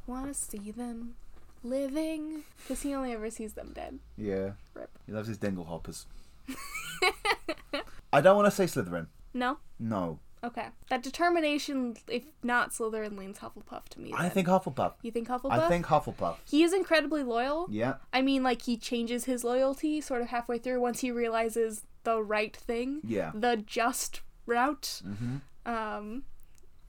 A: want to see them living, because he only ever sees them dead.
B: Yeah,
A: Rip.
B: he loves his dingle hoppers. I don't want to say Slytherin.
A: No.
B: No,
A: Okay. That determination, if not Slytherin, leans Hufflepuff to me.
B: I
A: then.
B: think Hufflepuff.
A: You think Hufflepuff?
B: I think Hufflepuff.
A: he is incredibly loyal.
B: Yeah,
A: I mean, like he changes his loyalty sort of halfway through once he realizes the right thing,
B: yeah. Mm-hmm.
A: the just route. Um,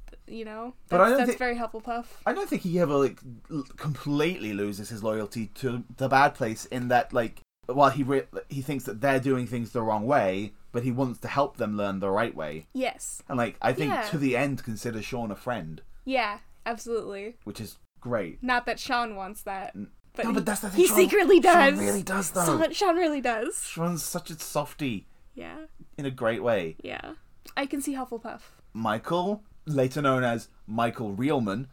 A: th- you know, that's,
B: But I don't
A: that's
B: thi-
A: very Hufflepuff.
B: I don't think he ever like l- completely loses his loyalty to the bad place in that like while he re- he thinks that they're doing things the wrong way, but he wants to help them learn the right way.
A: Yes.
B: And like I think
A: Yeah.
B: to the end consider Sean a friend,
A: Yeah. Absolutely.
B: which is great.
A: Not that Sean wants that, but,
B: no,
A: he,
B: but that's the thing.
A: he
B: Sean-
A: secretly does.
B: Sean really does though.
A: Sean, Sean really does.
B: Sean's such a softy
A: Yeah.
B: in a great way.
A: Yeah. I can see Hufflepuff.
B: Michael, later known as Michael Realman,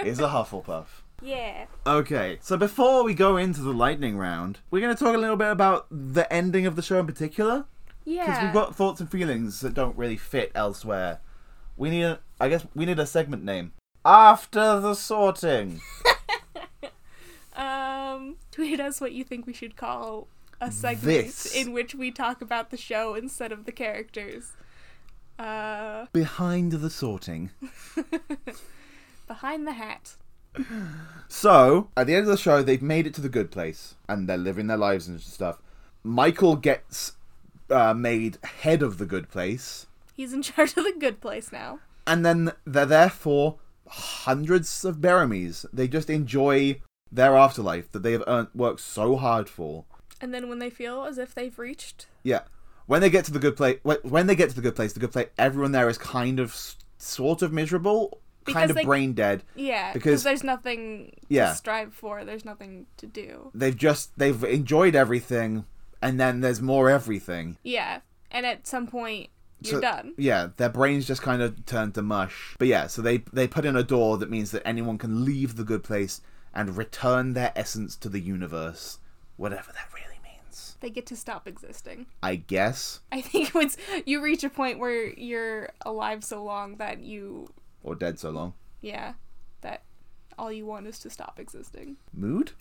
B: is a Hufflepuff.
A: Yeah.
B: Okay, so before we go into the lightning round, we're going to talk a little bit about the ending of the show in particular, because
A: Yeah.
B: we've got thoughts and feelings that don't really fit elsewhere. We need, a, I guess, we need a segment name. After the sorting.
A: Um, tweet us what you think we should call a segment
B: This.
A: in which we talk about the show instead of the characters. Uh,
B: Behind the sorting.
A: behind the hat.
B: So, at the end of the show, they've made it to the good place and they're living their lives and stuff. Michael gets uh, made head of the good place,
A: He's in charge of the good place now.
B: and then they're there for hundreds of Baramies. They just enjoy their afterlife that they have earned, worked so hard for.
A: And then when they feel as if they've reached,
B: Yeah. When they get to the good place, when they get to the good place, the good place, everyone there is kind of, s- sort of miserable,
A: Because
B: kind of
A: they-
B: brain dead.
A: yeah, because
B: Because-
A: there's nothing
B: Yeah.
A: to strive for. There's nothing to do.
B: They've just they've enjoyed everything, and then there's more everything.
A: Yeah, and at some point you're
B: So-
A: done.
B: Yeah, their brains just kind of turn to mush. But yeah, so they they put in a door that means that anyone can leave the good place and return their essence to the universe, whatever that really means.
A: They get to stop existing.
B: I guess
A: I think once you reach a point where you're alive so long that you
B: or dead so long.
A: yeah, that all you want is to stop existing.
B: Mood?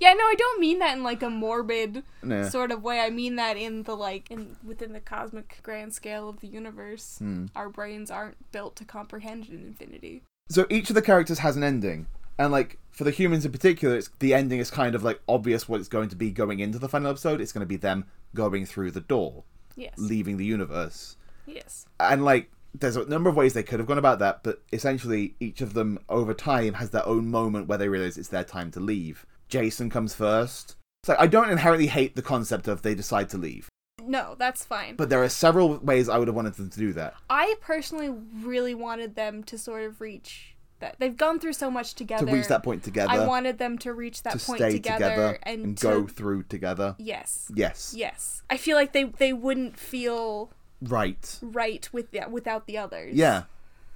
A: Yeah, no, I don't mean that in like a morbid
B: Nah.
A: sort of way. I mean that in the like in within the cosmic grand scale of the universe,
B: Hmm.
A: our brains aren't built to comprehend an infinity.
B: So each of the characters has an ending. And like for the humans in particular, it's the ending is kind of like obvious what it's going to be going into the final episode. It's going to be them going through the door,
A: Yes.
B: leaving the universe.
A: yes.
B: and like there's a number of ways they could have gone about that but essentially each of them over time has their own moment where they realize it's their time to leave jason comes first so i don't inherently hate the concept of they decide to leave
A: No, that's fine.
B: but there are several ways i would have wanted them to do that
A: I personally really wanted them to sort of reach that. They've gone through so much together.
B: to reach that point together
A: I wanted them to reach that
B: to
A: point
B: stay together,
A: and,
B: and,
A: to-
B: go through together
A: Yes.
B: yes
A: Yes. I feel like they they wouldn't feel
B: right
A: right with the, without the others.
B: yeah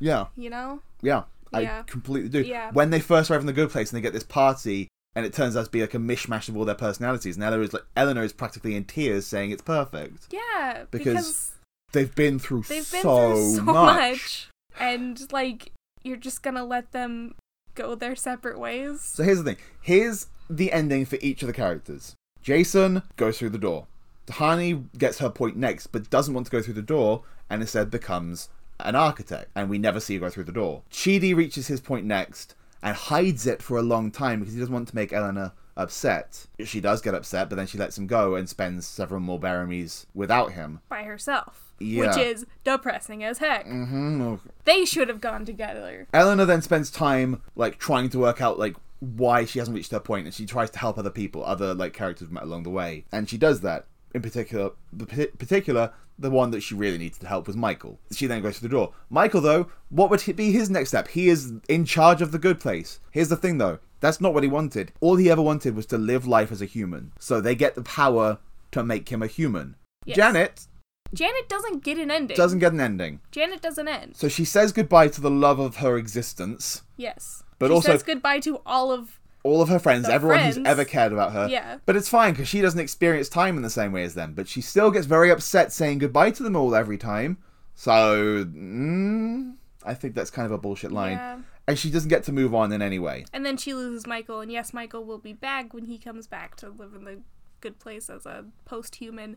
B: yeah
A: You know?
B: Yeah,
A: Yeah.
B: I completely do.
A: Yeah.
B: When they first arrive in the good place and they get this party, and it turns out to be like a mishmash of all their personalities, and Eleanor is like Eleanor is practically in tears saying it's perfect.
A: Yeah, because,
B: Because They've been through
A: they've
B: so,
A: been through so much.
B: much.
A: and like you're just gonna let them go their separate ways.
B: So here's the thing. Here's the ending for each of the characters. Jason goes through the door. Tahani gets her point next, but doesn't want to go through the door, and instead becomes an architect. And we never see her go through the door. Chidi reaches his point next and hides it for a long time because he doesn't want to make Eleanor upset. She does get upset, but then she lets him go and spends several more Baramies without him.
A: By herself. Which
B: Yeah.
A: is depressing as heck.
B: Mm,
A: They should have gone together.
B: Eleanor then spends time like trying to work out like why she hasn't reached her point, and she tries to help other people, other like characters met along the way, and she does that. in particular, the p- particular, the one that she really needed to help was Michael. She then goes to the door. Michael, though, what would hi- be his next step? He is in charge of the good place. Here's the thing, though. That's not what he wanted. All he ever wanted was to live life as a human. So they get the power to make him a human.
A: Yes.
B: Janet
A: Janet doesn't get an ending.
B: doesn't get an ending.
A: Janet doesn't end.
B: So she says goodbye to the love of her existence,
A: Yes.
B: But
A: she
B: also-
A: says goodbye to all of
B: all of her friends,
A: The
B: everyone who's
A: friends.
B: ever cared about her.
A: Yeah.
B: But it's fine because she doesn't experience time in the same way as them. But she still gets very upset saying goodbye to them all every time. So mm, I think that's kind of a bullshit line.
A: Yeah.
B: And she doesn't get to move on in any way.
A: and then she loses Michael and yes, Michael will be back when he comes back to live in the good place as a post human,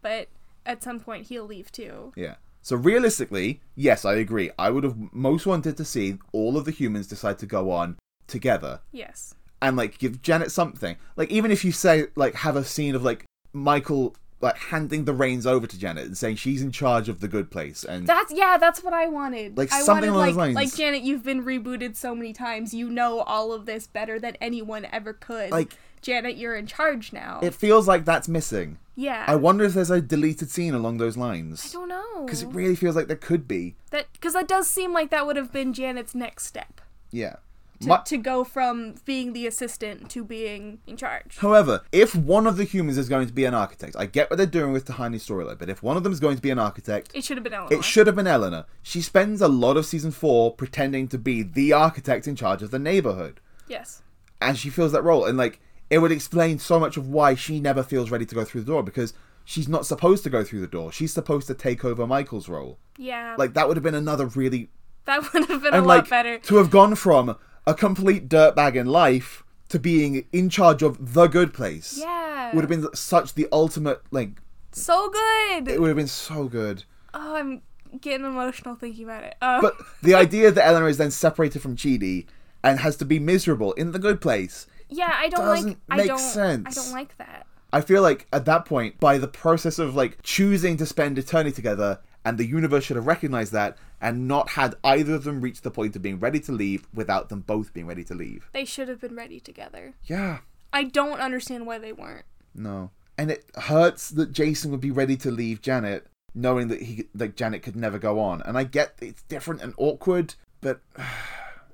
A: but at some point he'll leave too.
B: Yeah. So realistically, yes, I agree. I would have most wanted to see all of the humans decide to go on together.
A: Yes.
B: and like give Janet something. Like even if you say like have a scene of like Michael like handing the reins over to Janet and saying she's in charge of the good place and
A: That's yeah, that's what I wanted.
B: Like,
A: I wanted,
B: something along those
A: like,
B: lines.
A: Like Janet, you've been rebooted so many times. You know all of this better than anyone ever could.
B: Like-
A: Janet, you're in charge now.
B: it feels like that's missing.
A: yeah.
B: I wonder if there's a deleted scene along those
A: I
B: lines
A: don't know.
B: because it really feels like there could be.
A: that because that does seem like that would have been Janet's next step
B: Yeah.
A: to,
B: Mi-
A: to go from being the assistant to being in charge.
B: However, if one of the humans is going to be an architect, I get what they're doing with Tahani's storyline, but if one of them is going to be an architect,
A: It should have been Eleanor.
B: It should have been Eleanor. She spends a lot of season four pretending to be the architect in charge of the neighborhood.
A: yes.
B: and she feels that role and like it would explain so much of why she never feels ready to go through the door because she's not supposed to go through the door she's supposed to take over michael's role
A: Yeah.
B: like that would have been another really
A: that would have been a
B: and
A: lot
B: like
A: better.
B: to have gone from a complete dirtbag in life to being in charge of the good place
A: Yeah.
B: would have been such the ultimate like
A: so good.
B: it would have been so good
A: oh, I'm getting emotional thinking about it. Oh.
B: but the idea that eleanor is then separated from chidi and has to be miserable in the good place
A: yeah, I don't like
B: doesn't
A: I
B: make
A: don't I
B: sense.
A: don't like that.
B: I feel like at that point, by the process of like choosing to spend eternity together, and the universe should have recognized that and not had either of them reach the point of being ready to leave without them both being ready to leave.
A: They should have been ready together.
B: Yeah,
A: I don't understand why they weren't.
B: no. And it hurts that Jason would be ready to leave Janet, knowing that he like Janet could never go on. And I get that it's different and awkward, but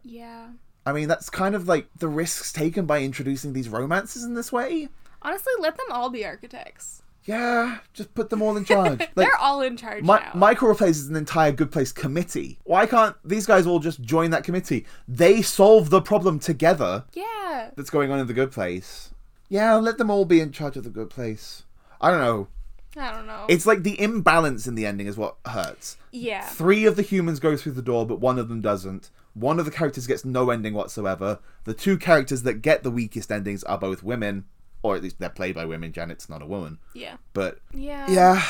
A: Yeah.
B: I mean that's kind of like the risks taken by introducing these romances in this way.
A: Honestly, let them all be architects.
B: Yeah, just put them all in charge. Like,
A: They're all in charge
B: Mi-
A: now.
B: Michael replaces an entire Good Place committee. Why can't these guys all just join that committee? They solve the problem together
A: yeah.
B: that's going on in the Good Place. Yeah, let them all be in charge of the Good Place. I don't know.
A: I don't know.
B: It's like the imbalance in the ending is what hurts.
A: yeah.
B: Three of the humans go through the door, but one of them doesn't. One of the characters gets no ending whatsoever. The two characters that get the weakest endings are both women, or at least they're played by women. Janet's not a woman.
A: Yeah.
B: But
A: Yeah.
B: yeah,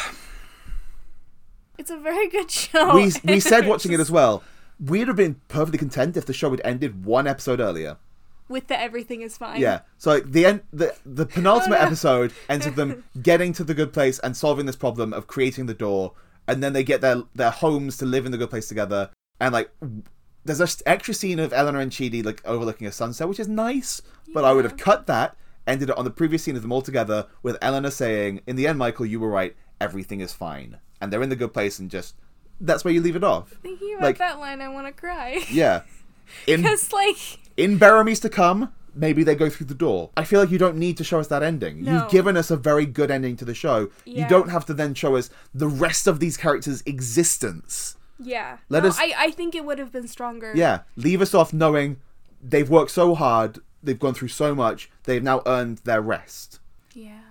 A: It's a very good show.
B: we we said watching it as well. We'd have been perfectly content if the show had ended one episode earlier.
A: with the everything is fine.
B: Yeah. So like the end, the the penultimate episode ends with them getting to the good place and solving this problem of creating the door, and then they get their their homes to live in the good place together. And like, w- there's an extra scene of Eleanor and Chidi like overlooking a sunset, which is nice. But I would have cut that, ended it on the previous scene of them all together with Eleanor saying, "In the end, Michael, you were right. Everything is fine." And they're in the good place, and just that's where you leave it off.
A: Thinking about
B: Like-
A: that line, I want to cry.
B: Yeah. In
A: Because like,
B: in Baramies to come, maybe they go through the door. I feel like you don't need to show us that ending.
A: No.
B: You've given us a very good ending to the show.
A: Yeah.
B: You don't have to then show us the rest of these characters' existence.
A: yeah.
B: Let
A: No,
B: us-
A: I I think it would have been stronger.
B: Yeah, leave us off knowing they've worked so hard, they've gone through so much, they've now earned their rest.
A: Yeah.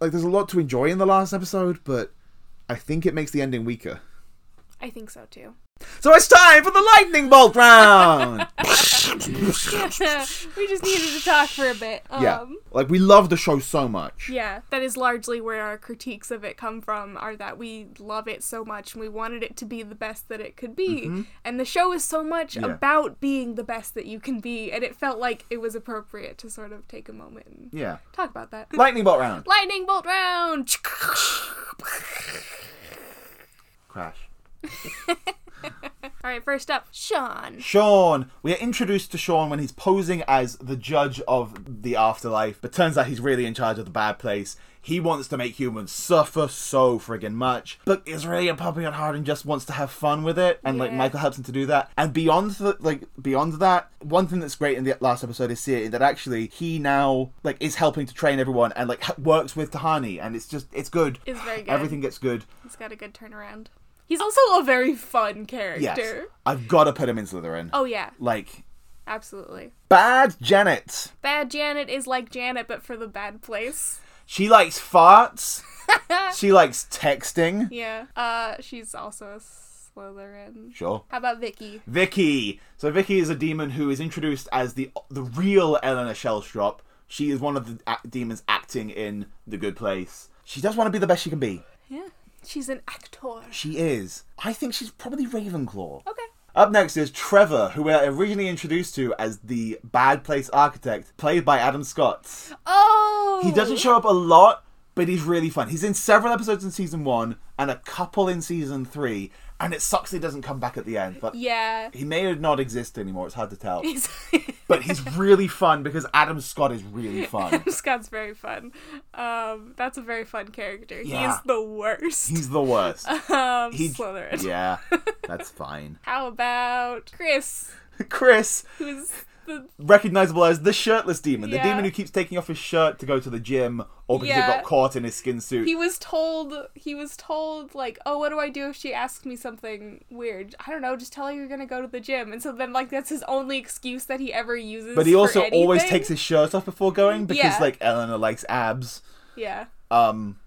B: Like there's a lot to enjoy in the last episode, but I think it makes the ending weaker.
A: I think so too.
B: So it's time for the lightning bolt round.
A: we just needed to talk for a bit. Um,
B: yeah, like we love the show so much.
A: Yeah, that is largely where our critiques of it come from are that we love it so much and we wanted it to be the best that it could be. And the show is so much
B: Mm-hmm. Yeah.
A: about being the best that you can be, and it felt like it was appropriate to sort of take a moment and
B: yeah.
A: talk about that.
B: Lightning bolt round.
A: Lightning bolt round!
B: Crash.
A: All right, first up, Sean.
B: Sean. We are introduced to Sean when he's posing as the judge of the afterlife, but turns out he's really in charge of the bad place. He wants to make humans suffer so friggin' much, but is really a puppy at heart and just wants to have fun with it. And like
A: Yeah.
B: Michael helps him to do that. And beyond the, like beyond that, one thing that's great in the last episode is seeing that actually he now like is helping to train everyone and like h- works with Tahani, and it's just it's good.
A: It's very good.
B: Everything gets good.
A: He's got a good turnaround. He's also a very fun
B: Yes,
A: character.
B: I've got to put him in Slytherin.
A: Oh yeah,
B: Like
A: absolutely.
B: bad Janet.
A: Bad Janet is like Janet, but for the bad place.
B: She likes farts. she likes texting.
A: Yeah. Uh, she's also a Slytherin.
B: Sure.
A: How about Vicky?
B: Vicky. So Vicky is a demon who is introduced as the the real Eleanor Shellstrop. She is one of the a- demons acting in The Good Place. She does want to be the best she can be.
A: Yeah. She's an actor.
B: She is. I think she's probably Ravenclaw.
A: Okay.
B: Up next is Trevor, who we are originally introduced to as the Bad Place Architect, played by Adam Scott.
A: Oh.
B: He doesn't show up a lot, but he's really fun. He's in several episodes in season one and a couple in season three, and it sucks he doesn't come back at the end. But
A: Yeah.
B: he may not exist anymore. It's hard to tell.
A: He's.
B: but he's really fun because Adam Scott is really fun.
A: Scott's very fun. Um, that's a very fun character. He
B: Yeah.
A: is the worst.
B: He's the worst.
A: Um,
B: He-
A: Slytherin.
B: yeah, that's fine.
A: How about Chris,
B: Chris,
A: who's the
B: recognizable as the shirtless demon, the
A: Yeah.
B: demon who keeps taking off his shirt to go to the gym or because
A: Yeah.
B: he got caught in his skin suit.
A: he was told he was told like oh what do i do if she asks me something weird i don't know just tell her you're gonna go to the gym and so then like that's his only excuse that he ever uses
B: but he
A: for
B: also always
A: anything.
B: takes his shirt off before going because,
A: Yeah.
B: like, Eleanor likes abs.
A: yeah
B: Um,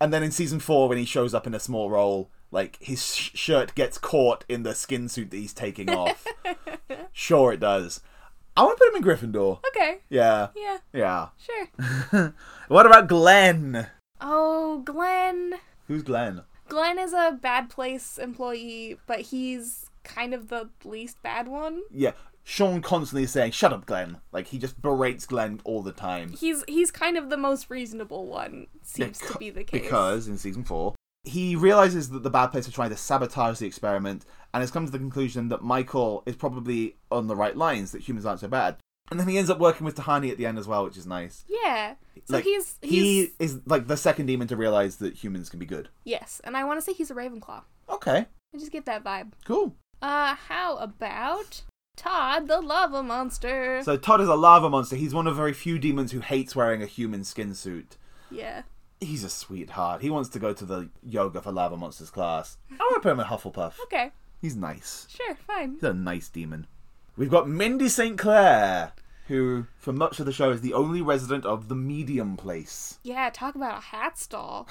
B: and then in season four, when he shows up in a small role, like his sh- shirt gets caught in the skin suit that he's taking off. sure, it does. I want to put him in Gryffindor.
A: okay
B: Yeah,
A: yeah
B: yeah.
A: sure
B: What about Glenn?
A: oh glenn
B: Who's Glenn?
A: glenn is a bad place employee but he's kind of the least bad one
B: Yeah, Sean constantly is saying "Shut up, Glenn." Like he just berates Glenn all the time.
A: he's he's kind of the most reasonable one seems to
B: Becau-
A: be the case
B: Because in season four, he realizes that the bad place are trying to sabotage the experiment and has come to the conclusion that Michael is probably on the right lines, that humans aren't so bad. And then he ends up working with Tahani at the end as well, which is nice.
A: yeah so
B: Like,
A: he's, he's
B: he is like the second demon to realize that humans can be good.
A: yes and i want to say he's a ravenclaw
B: Okay,
A: i just get that vibe
B: cool.
A: Uh, how about Todd the Lava Monster?
B: So Todd is a lava monster. He's one of the very few demons who hates wearing a human skin suit.
A: yeah.
B: He's a sweetheart. He wants to go to the yoga for lava monsters class. I want to put him in Hufflepuff.
A: Okay.
B: He's nice.
A: Sure. Fine.
B: He's a nice demon. We've got Mindy St. Clair, who, for much of the show, is the only resident of the medium place.
A: Yeah. Talk about a hat stall.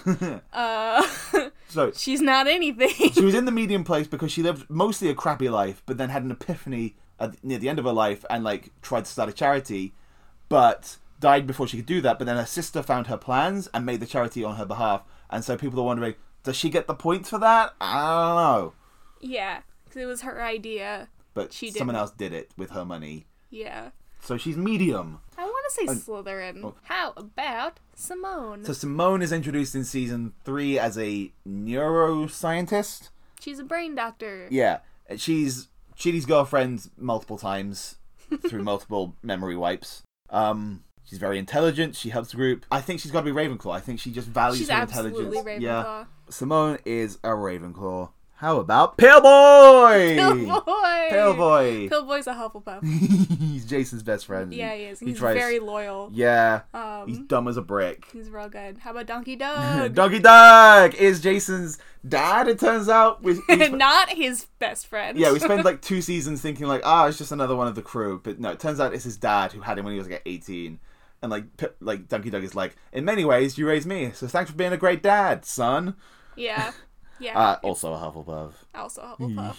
A: uh,
B: So,
A: she's not anything.
B: she was in the medium place because she lived mostly a crappy life, but then had an epiphany at, near the end of her life and, like, tried to start a charity, but died before she could do that. But then her sister found her plans and made the charity on her behalf. And so people are wondering, does she get the points for that? I don't know.
A: yeah, because it was her idea.
B: But
A: She
B: someone
A: didn't.
B: else did it with her money.
A: Yeah.
B: So she's medium.
A: I want to say Slytherin. How about Simone?
B: Uh, oh. So Simone is introduced in season three as a neuroscientist.
A: she's a brain doctor.
B: Yeah, she's Chidi's girlfriend multiple times through multiple memory wipes. Um, she's very intelligent. She helps the group. I think she's got to be Ravenclaw. I think she just values
A: She's
B: her
A: absolutely
B: intelligence.
A: Ravenclaw.
B: Yeah, Simone is a Ravenclaw. How about Pillboy?
A: Pillboy.
B: Pillboy.
A: Pillboy's a Hufflepuff.
B: he's Jason's best friend.
A: yeah, he is.
B: He
A: He's
B: tries-
A: very loyal.
B: Yeah,
A: Um,
B: he's dumb as a brick.
A: he's real good. How about Donkey Dog?
B: Donkey Dog is Jason's dad. It turns out. We, we sp-
A: not his best friend.
B: yeah, we spent like two seasons thinking like, ah, it's just another one of the crew. But no, it turns out it's his dad who had him when he was like 18. And like, Pip, like Donkey Dog is like, in many ways, you raised me, so thanks for being a great dad, son.
A: Yeah. Yeah.
B: Uh, also a Hufflepuff.
A: also Hufflepuff.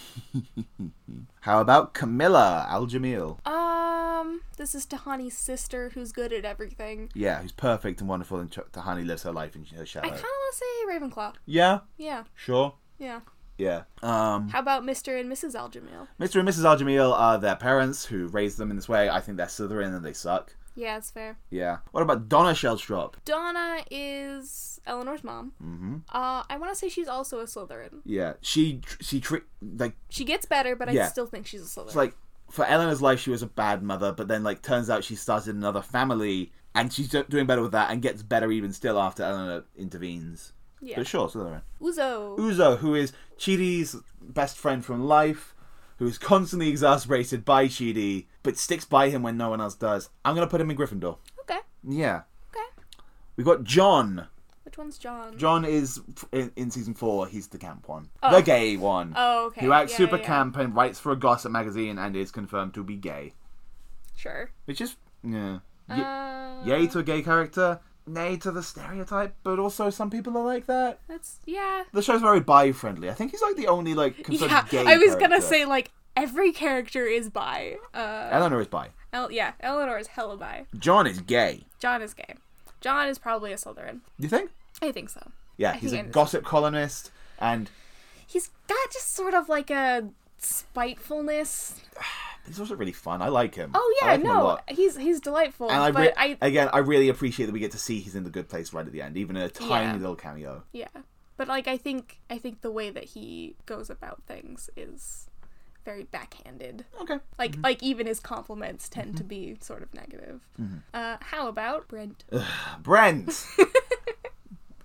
B: How about Camilla Al Jamil?
A: um, this is Tahani's sister who's good at everything.
B: Yeah, who's perfect and wonderful, and Ch- Tahani lives her life in her
A: I
B: shadow.
A: kind of want to say Ravenclaw.
B: Yeah,
A: Yeah.
B: sure,
A: Yeah.
B: yeah. Um,
A: How about Mr. and Mrs. Aljamil?
B: Mr. and Mrs. Al Jamil are their parents who raised them in this way. I think they're Slytherin and they suck.
A: Yeah, it's fair.
B: Yeah. What about Donna Shellstrop?
A: Donna is Eleanor's mom.
B: hmm
A: Uh, I want to say she's also a Slytherin.
B: Yeah, she tr- she tre- like
A: She gets better, but I
B: Yeah.
A: still think she's a Slytherin.
B: it's like for Eleanor's life she was a bad mother, but then like turns out she started another family and she's do- doing better with that and gets better even still after Eleanor intervenes.
A: yeah.
B: But sure, Slytherin.
A: Uzo.
B: Uzo, who is Chidi's best friend from life, who is constantly exasperated by Chidi, but sticks by him when no one else does. I'm gonna put him in Gryffindor.
A: okay.
B: Yeah.
A: Okay.
B: We've got John.
A: Which one's John?
B: John is in, in season four. He's the camp one,
A: Oh.
B: the gay one,
A: Oh, okay.
B: who acts
A: Yeah,
B: super
A: yeah, yeah.
B: camp and writes for a gossip magazine and is confirmed to be gay,
A: Sure.
B: which is yeah, Ye-
A: Uh,
B: yay to a gay character, nay to the stereotype, but also some people are like that.
A: That's yeah.
B: The show's very bi friendly. I think he's like the only like confirmed
A: Yeah.
B: gay.
A: I was gonna
B: character.
A: say like every character is bi. Uh,
B: Eleanor is bi.
A: El- yeah. Eleanor is hella bi.
B: John is gay.
A: John is gay. John is probably a Slytherin.
B: You think?
A: I think so.
B: Yeah, he's
A: think
B: a
A: it is.
B: gossip columnist, and
A: He's got just sort of like a spitefulness.
B: he's also really fun. I like him.
A: Oh
B: I
A: yeah,
B: like him a
A: no,
B: lot.
A: he's he's delightful.
B: And I,
A: but
B: re-
A: I
B: again, I really appreciate that we get to see he's in the good place right at the end, even in a tiny
A: Yeah.
B: little cameo.
A: Yeah. But like I think I think the way that he goes about things is very backhanded.
B: Okay. Mm-hmm.
A: Like like even his compliments tend to be sort of negative.
B: Mm-hmm.
A: Uh, how about Brent?
B: Brent.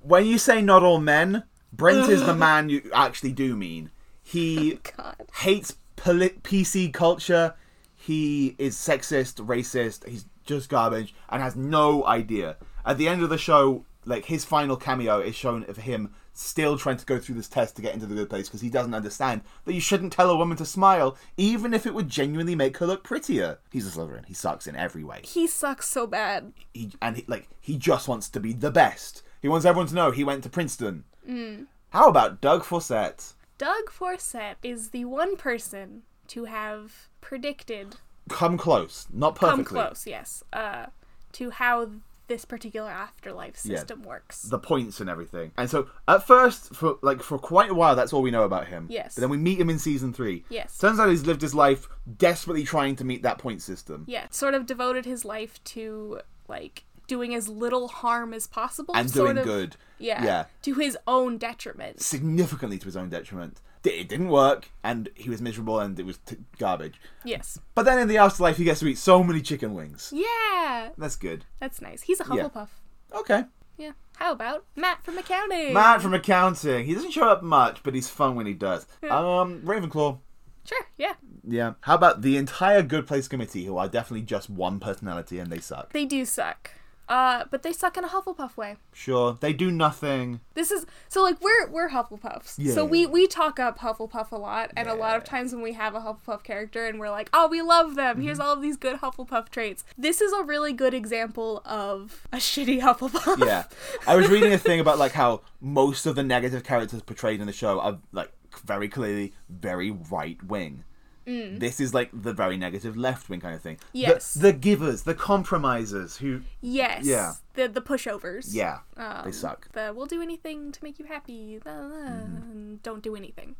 B: when you say not all men, Brent is the man you actually do mean. He
A: God.
B: hates poli- PC culture. He is sexist, racist. He's just garbage and has no idea. At the end of the show, like his final cameo is shown of him still trying to go through this test to get into the good place because he doesn't understand that you shouldn't tell a woman to smile even if it would genuinely make her look prettier. He's a Slytherin. He sucks in every way.
A: He sucks so bad.
B: He and he, like he just wants to be the best. He wants everyone to know he went to Princeton.
A: Mm.
B: How about Doug Forsett?
A: Doug Forsett is the one person to have predicted
B: Come close, not
A: come
B: perfectly.
A: close, yes, uh, to how this particular afterlife system works.
B: the points and everything. And so at first, for like for quite a while, that's all we know about him.
A: Yes.
B: But then we meet him in season three.
A: Yes.
B: Turns out he's lived his life desperately trying to meet that point system.
A: Yeah, sort of devoted his life to like doing as little harm as possible
B: And
A: sort
B: doing
A: of,
B: good.
A: Yeah.
B: Yeah.
A: To his own detriment.
B: Significantly to his own detriment. D- It didn't work, and he was miserable, and it was t- garbage.
A: Yes.
B: But then in the afterlife, he gets to eat so many chicken wings.
A: Yeah.
B: That's good.
A: That's nice. He's a
B: Yeah.
A: Hufflepuff.
B: Okay.
A: Yeah. How about Matt from accounting?
B: Matt from accounting. He doesn't show up much, but he's fun when he does. Um, Ravenclaw.
A: Sure. Yeah.
B: Yeah. How about the entire Good Place committee, who are definitely just one personality and they suck?
A: They do suck. Uh, but they suck in a Hufflepuff way.
B: Sure, they do nothing.
A: This is so like we're we're Hufflepuffs.
B: Yeah.
A: So we we talk up Hufflepuff a lot, and a lot of times when we have a Hufflepuff character and we're like, oh, we love them.
B: Mm-hmm.
A: Here's all of these good Hufflepuff traits. This is a really good example of a shitty Hufflepuff.
B: Yeah, I was reading a thing about like how most of the negative characters portrayed in the show are like very clearly very right wing. This is like the very negative left wing kind of thing. The-
A: Yes.
B: the, givers, the compromisers, who
A: Yes.
B: Yeah.
A: The the pushovers.
B: yeah, they
A: Um,
B: suck.
A: The we'll do anything to make you happy. blah, blah, blah,
B: Mm-hmm.
A: and Don't do anything.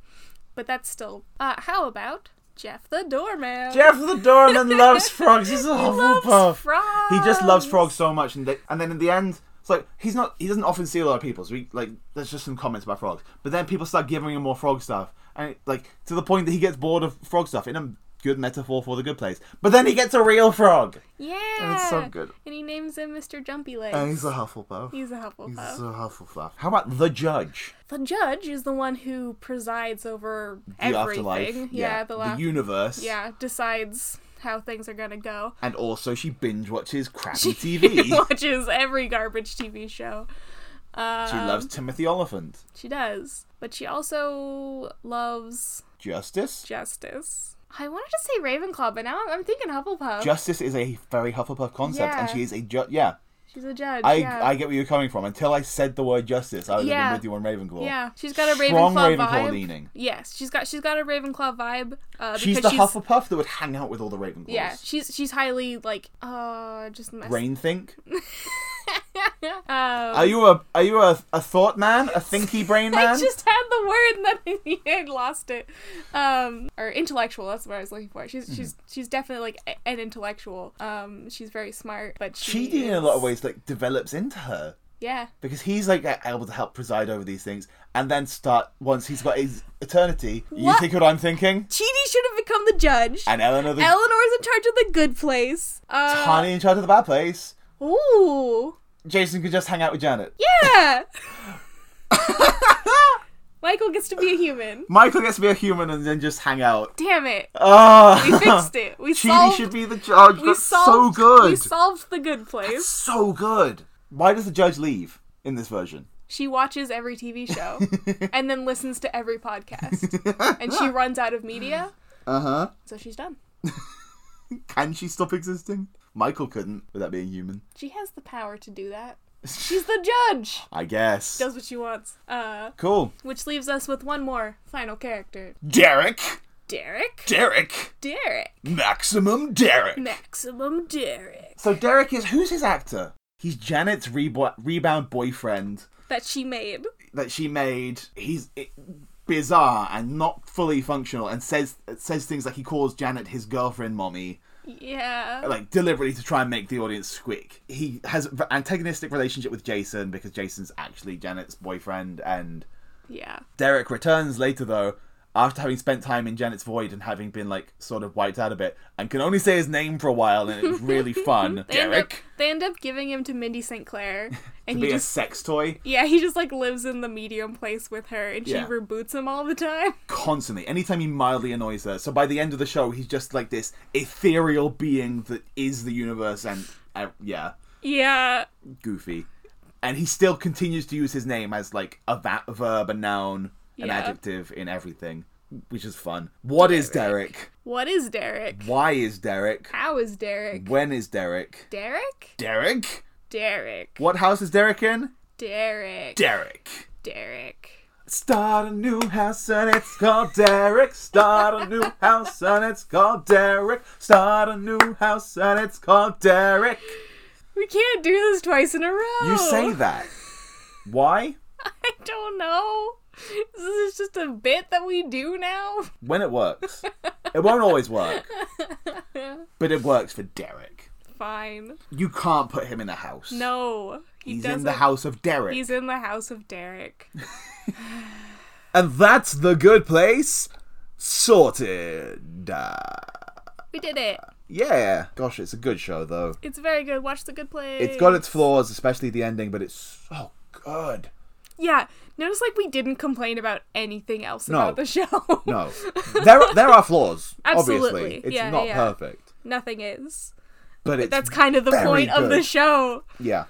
A: But that's still. Uh, how about Jeff the doorman?
B: Jeff the doorman loves frogs. He's a
A: loves
B: Hufflepuff.
A: frogs.
B: He just loves frogs so much, and they, and then in the end, it's like he's not. He doesn't often see a lot of people. So we, like, there's just some comments about frogs. But then people start giving him more frog stuff, and it, like to the point that he gets bored of frog stuff. In a good metaphor for the good place. But then he gets a real frog,
A: Yeah.
B: and it's so good.
A: And he names him Mr. Jumpy Legs.
B: And he's a Hufflepuff.
A: He's a
B: He's a
A: Hufflepuff.
B: Hufflepuff. How about the judge?
A: the judge is the one who presides over
B: The
A: everything.
B: afterlife.
A: Yeah, the
B: the
A: last.
B: universe.
A: yeah, decides how things are gonna go.
B: And also, she binge watches crappy TV.
A: She
B: she
A: watches every garbage TV show. Uh,
B: loves Timothy Oliphant.
A: she does, but she also loves
B: Justice.
A: justice. I wanted to say Ravenclaw, but now I'm, I'm thinking Hufflepuff.
B: Justice is a very Hufflepuff concept, and
A: Yeah.
B: she is a ju- yeah.
A: She's a judge.
B: I
A: yeah.
B: I get where you're coming from. Until I said the word justice, I would
A: Yeah.
B: have been with you on Ravenclaw.
A: yeah, she's got a
B: Strong
A: Ravenclaw,
B: Ravenclaw
A: vibe.
B: leaning.
A: Yes, she's got she's got a Ravenclaw vibe. Uh,
B: She's the
A: because she's,
B: Hufflepuff that would hang out with all the Ravenclaws.
A: Yeah, she's she's highly like uh just messed.
B: Brain think.
A: um,
B: Are you a are you a, a thought man? A thinky brain man?
A: I just had the word and then in the end lost it. Um, or intellectual. That's what I was looking for. She's
B: Mm-hmm.
A: she's she's definitely like a- an intellectual. Um, she's very smart, but she
B: Chidi in a lot of
A: is-
B: ways like develops into her.
A: Yeah.
B: because he's like a- able to help preside over these things and then start once he's got his eternity you
A: What?
B: think what i'm thinking
A: Chidi should have become the judge.
B: and eleanor the
A: Eleanor's in charge of the good place. Uh,
B: honey in charge of the bad place
A: Ooh.
B: jason could just hang out with janet
A: Yeah. Michael gets to be a human.
B: michael gets to be a human and then just hang out
A: Damn it.
B: Ah,
A: We fixed it. We
B: Chidi
A: solved.
B: should be the judge
A: we
B: that's
A: solved.
B: so good
A: We solved the good place.
B: so good why does the judge leave in this version
A: She watches every TV show and then listens to every podcast, and she runs out of media,
B: uh-huh
A: so she's done.
B: can she stop existing michael couldn't without being human
A: She has the power to do that. She's the judge.
B: i guess
A: Does what she wants. Uh,
B: cool
A: which leaves us with one more final character,
B: derek
A: Derek.
B: derek
A: Derek.
B: maximum derek
A: Maximum Derek.
B: So Derek is who's his actor? He's Janet's rebo- rebound boyfriend
A: That she made.
B: that she made. He's i bizarre and not fully functional, and says says things like he calls Janet his girlfriend, mommy,
A: Yeah.
B: like deliberately to try and make the audience squeak. He has an antagonistic relationship with Jason because Jason's actually Janet's boyfriend, and
A: Yeah.
B: Derek returns later though. After having spent time in Janet's void and having been like sort of wiped out a bit, and can only say his name for a while, and it was really fun.
A: They end, up,
B: Derek
A: they end up giving him to Mindy St. Clair, and he
B: be a
A: just
B: sex toy.
A: yeah he just like lives in the medium place with her, and she
B: Yeah.
A: reboots him all the time.
B: constantly. Anytime he mildly annoys her, so by the end of the show, he's just like this ethereal being that is the universe, and uh, yeah,
A: Yeah,
B: goofy. And he still continues to use his name as like a va- verb, a noun, an
A: Yeah.
B: adjective in everything, which is fun. What is Derek?
A: what is Derek?
B: Why is Derek?
A: How is Derek?
B: When is Derek?
A: Derek?
B: Derek?
A: Derek.
B: What house is Derek in?
A: Derek.
B: Derek.
A: Derek.
B: Start a new house and it's called Derek. Start a new house and it's called Derek. Start a new house and it's called Derek.
A: We can't do this twice in a row.
B: You say that. Why?
A: I don't know. This is just a bit that we do now.
B: When it works. It won't always work. But it works for Derek.
A: Fine.
B: You can't put him in a house.
A: No, he
B: He's
A: doesn't.
B: in the house of Derek.
A: He's in the house of Derek.
B: And that's the good place. Sorted. Uh,
A: We did it.
B: yeah. Gosh, it's a good show though.
A: It's very good. Watch the good play.
B: It's got its flaws, especially the ending, but it's so good.
A: Yeah. Notice like we didn't complain about anything else
B: No.
A: about the show.
B: No, there there are flaws.
A: Absolutely.
B: Obviously, it's
A: Yeah,
B: not
A: yeah.
B: perfect,
A: Nothing is.
B: but it's
A: That's kind of the
B: very
A: point of the
B: good.
A: show.
B: yeah.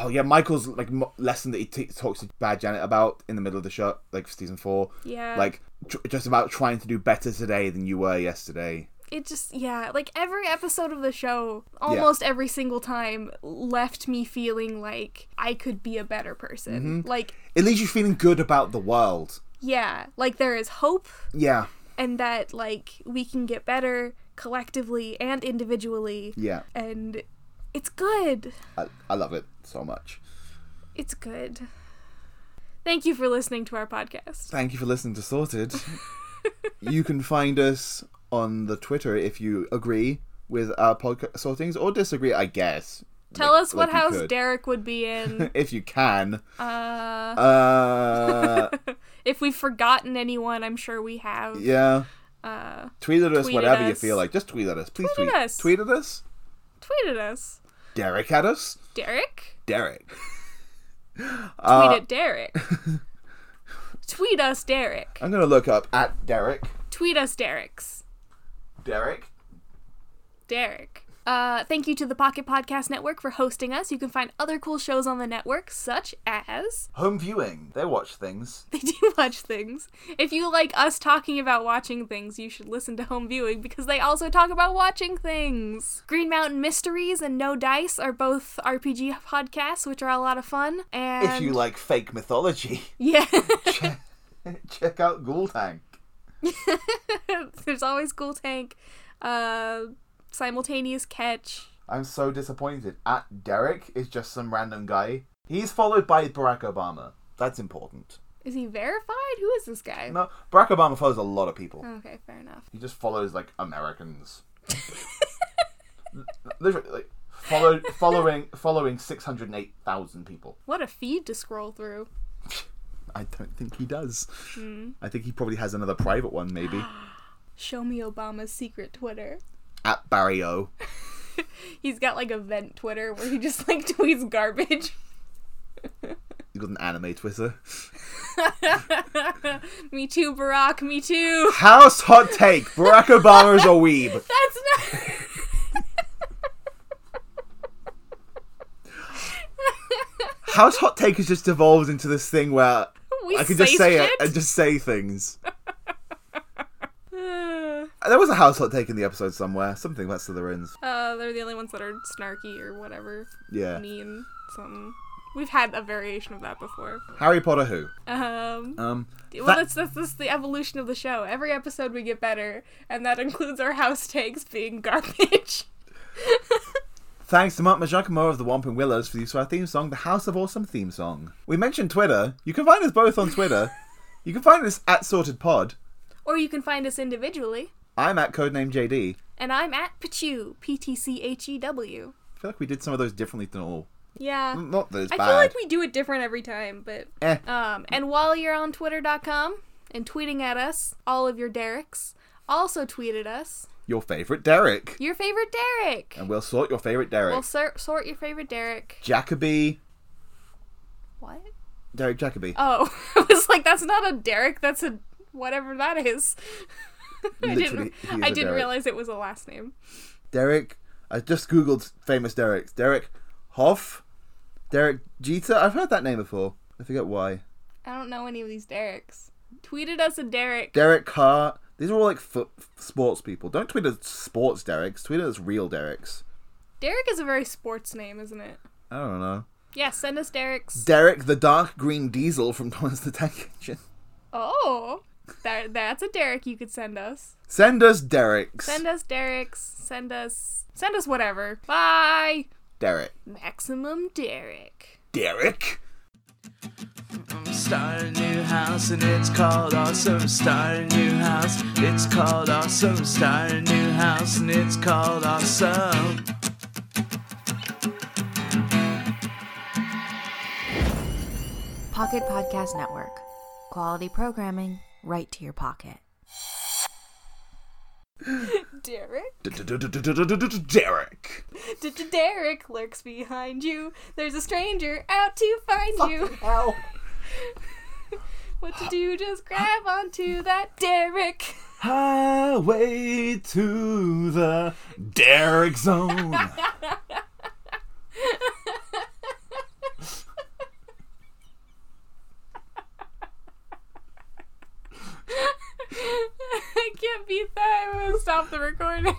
B: oh yeah, Michael's like mo- lesson that he t- talks to Bad Janet about in the middle of the show, like season four.
A: Yeah.
B: like tr- just about trying to do better today than you were yesterday.
A: It just yeah, like every episode of the show, almost every single time left me feeling like I could be a better
B: Mm-hmm.
A: person. Like
B: It leaves you feeling good about the world.
A: yeah, like there is hope
B: Yeah,
A: and that like we can get better collectively and individually.
B: yeah,
A: And it's good.
B: I, I love it so much.
A: It's good. Thank you for listening to our podcast.
B: Thank you for listening to Sorted. you can find us on the Twitter if you agree with our podcast sortings or disagree, I guess.
A: Tell
B: Like-
A: us what
B: like you
A: house
B: could.
A: Derek would be in.
B: if you can.
A: uh,
B: Uh,
A: if we've forgotten anyone, I'm sure we have.
B: yeah.
A: Uh,
B: Tweet at us
A: Tweet at
B: whatever you
A: us.
B: feel like. Just tweet at us. Please
A: Tweet
B: tweet.
A: at us.
B: Tweet at us.
A: tweet at us,
B: Derek at us.
A: Derek.
B: Derek. Uh,
A: Tweet at Derek. tweet us, Derek.
B: I'm going to look up at Derek.
A: Tweet us, Derek's.
B: Derek.
A: Derek. Uh, thank you to the Pocket Podcast Network for hosting us. You can find other cool shows on the network, such as
B: Home viewing. They watch things.
A: they do watch things. If you like us talking about watching things, you should listen to Home Viewing because they also talk about watching things. Green Mountain Mysteries and No Dice are both RPG podcasts, which are a lot of fun. And
B: If you like fake mythology,
A: yeah,
B: check out Ghoul Tank.
A: there's always Ghoul Tank, uh, simultaneous catch.
B: I'm so disappointed. At Derek is just some random guy. He's followed by Barack Obama. That's important.
A: Is he verified? Who is this guy?
B: No, Barack Obama follows a lot of people.
A: Okay, fair enough.
B: He just follows like Americans. Literally, like Follow, following following 608,000 people.
A: What a feed to scroll through.
B: I don't think he does. I think he probably has another private one, maybe.
A: Show me Obama's secret Twitter.
B: At Barry O.
A: He's got like a vent Twitter where he just like tweets garbage.
B: He got an anime Twitter.
A: me too, Barack. Me too.
B: House hot take. Barack Obama's a weeb.
A: That's not.
B: House hot take has just evolved into this thing where
A: We
B: I can
A: say
B: just say
A: shit.
B: it and just say things.
A: Uh,
B: There was a house hot take in the episode somewhere. Something about Slytherins.
A: uh, they're the only ones that are snarky or whatever.
B: Yeah.
A: Mean something. We've had a variation of that before.
B: Harry Potter who?
A: Um,
B: Um,
A: well,
B: that-
A: that's, that's that's the evolution of the show. Every episode we get better, and that includes our house takes being garbage.
B: Thanks to Mark Majacomo of the Wampum Willows for the use of our theme song, the House of Awesome theme song. We mentioned Twitter. You can find us both on Twitter. you can find us at Sorted Pod.
A: or you can find us individually,
B: I'm at Codename JD.
A: and I'm at Pachew, P T C H E W.
B: I feel like we did some of those differently than all.
A: Yeah.
B: Not that Mm, it's
A: I
B: bad.
A: feel like we do it different every time, but
B: Eh.
A: um and while you're on twitter.com and tweeting at us, all of your Derricks also tweeted us
B: Your favorite Derek.
A: your favorite Derek.
B: And we'll sort your favorite Derek.
A: We'll sor- sort your favorite Derek.
B: Jacoby.
A: What?
B: Derek Jacoby.
A: Oh, I was like, that's not a Derek. That's a whatever that is. I
B: Literally,
A: didn't.
B: he is
A: I
B: a
A: didn't
B: Derek.
A: realize it was a last name.
B: Derek. I just googled famous Dereks. Derek Hoff. Derek Jeter. I've heard that name before. I forget why.
A: I don't know any of these Dereks. Tweeted us a Derek.
B: Derek Carr. These are all like foot sports people. Don't tweet as sports Dereks. Tweet as real Dereks.
A: Derek is a very sports name, isn't it?
B: I don't know.
A: Yeah, send us Dereks.
B: Derek the Dark Green Diesel from Thomas the Tank Engine.
A: oh, that, that's a Derek you could send us.
B: Send us Dereks.
A: Send us Derek's. Send us. Send us whatever. Bye.
B: Derek.
A: Maximum Derek.
B: Derek.
C: I'm starting a new house and it's called awesome. Starting a new house, it's called awesome. Starting a new house and it's called awesome.
D: Pocket Podcast Network. Quality programming right to your pocket.
A: Derek.
B: Derek.
A: Derek lurks behind you. There's a stranger out to find you.
B: Ow.
A: What to do? Just grab onto that Derek.
B: Highway to the Derek Zone.
A: I can't beat that. I'm gonna stop the recording.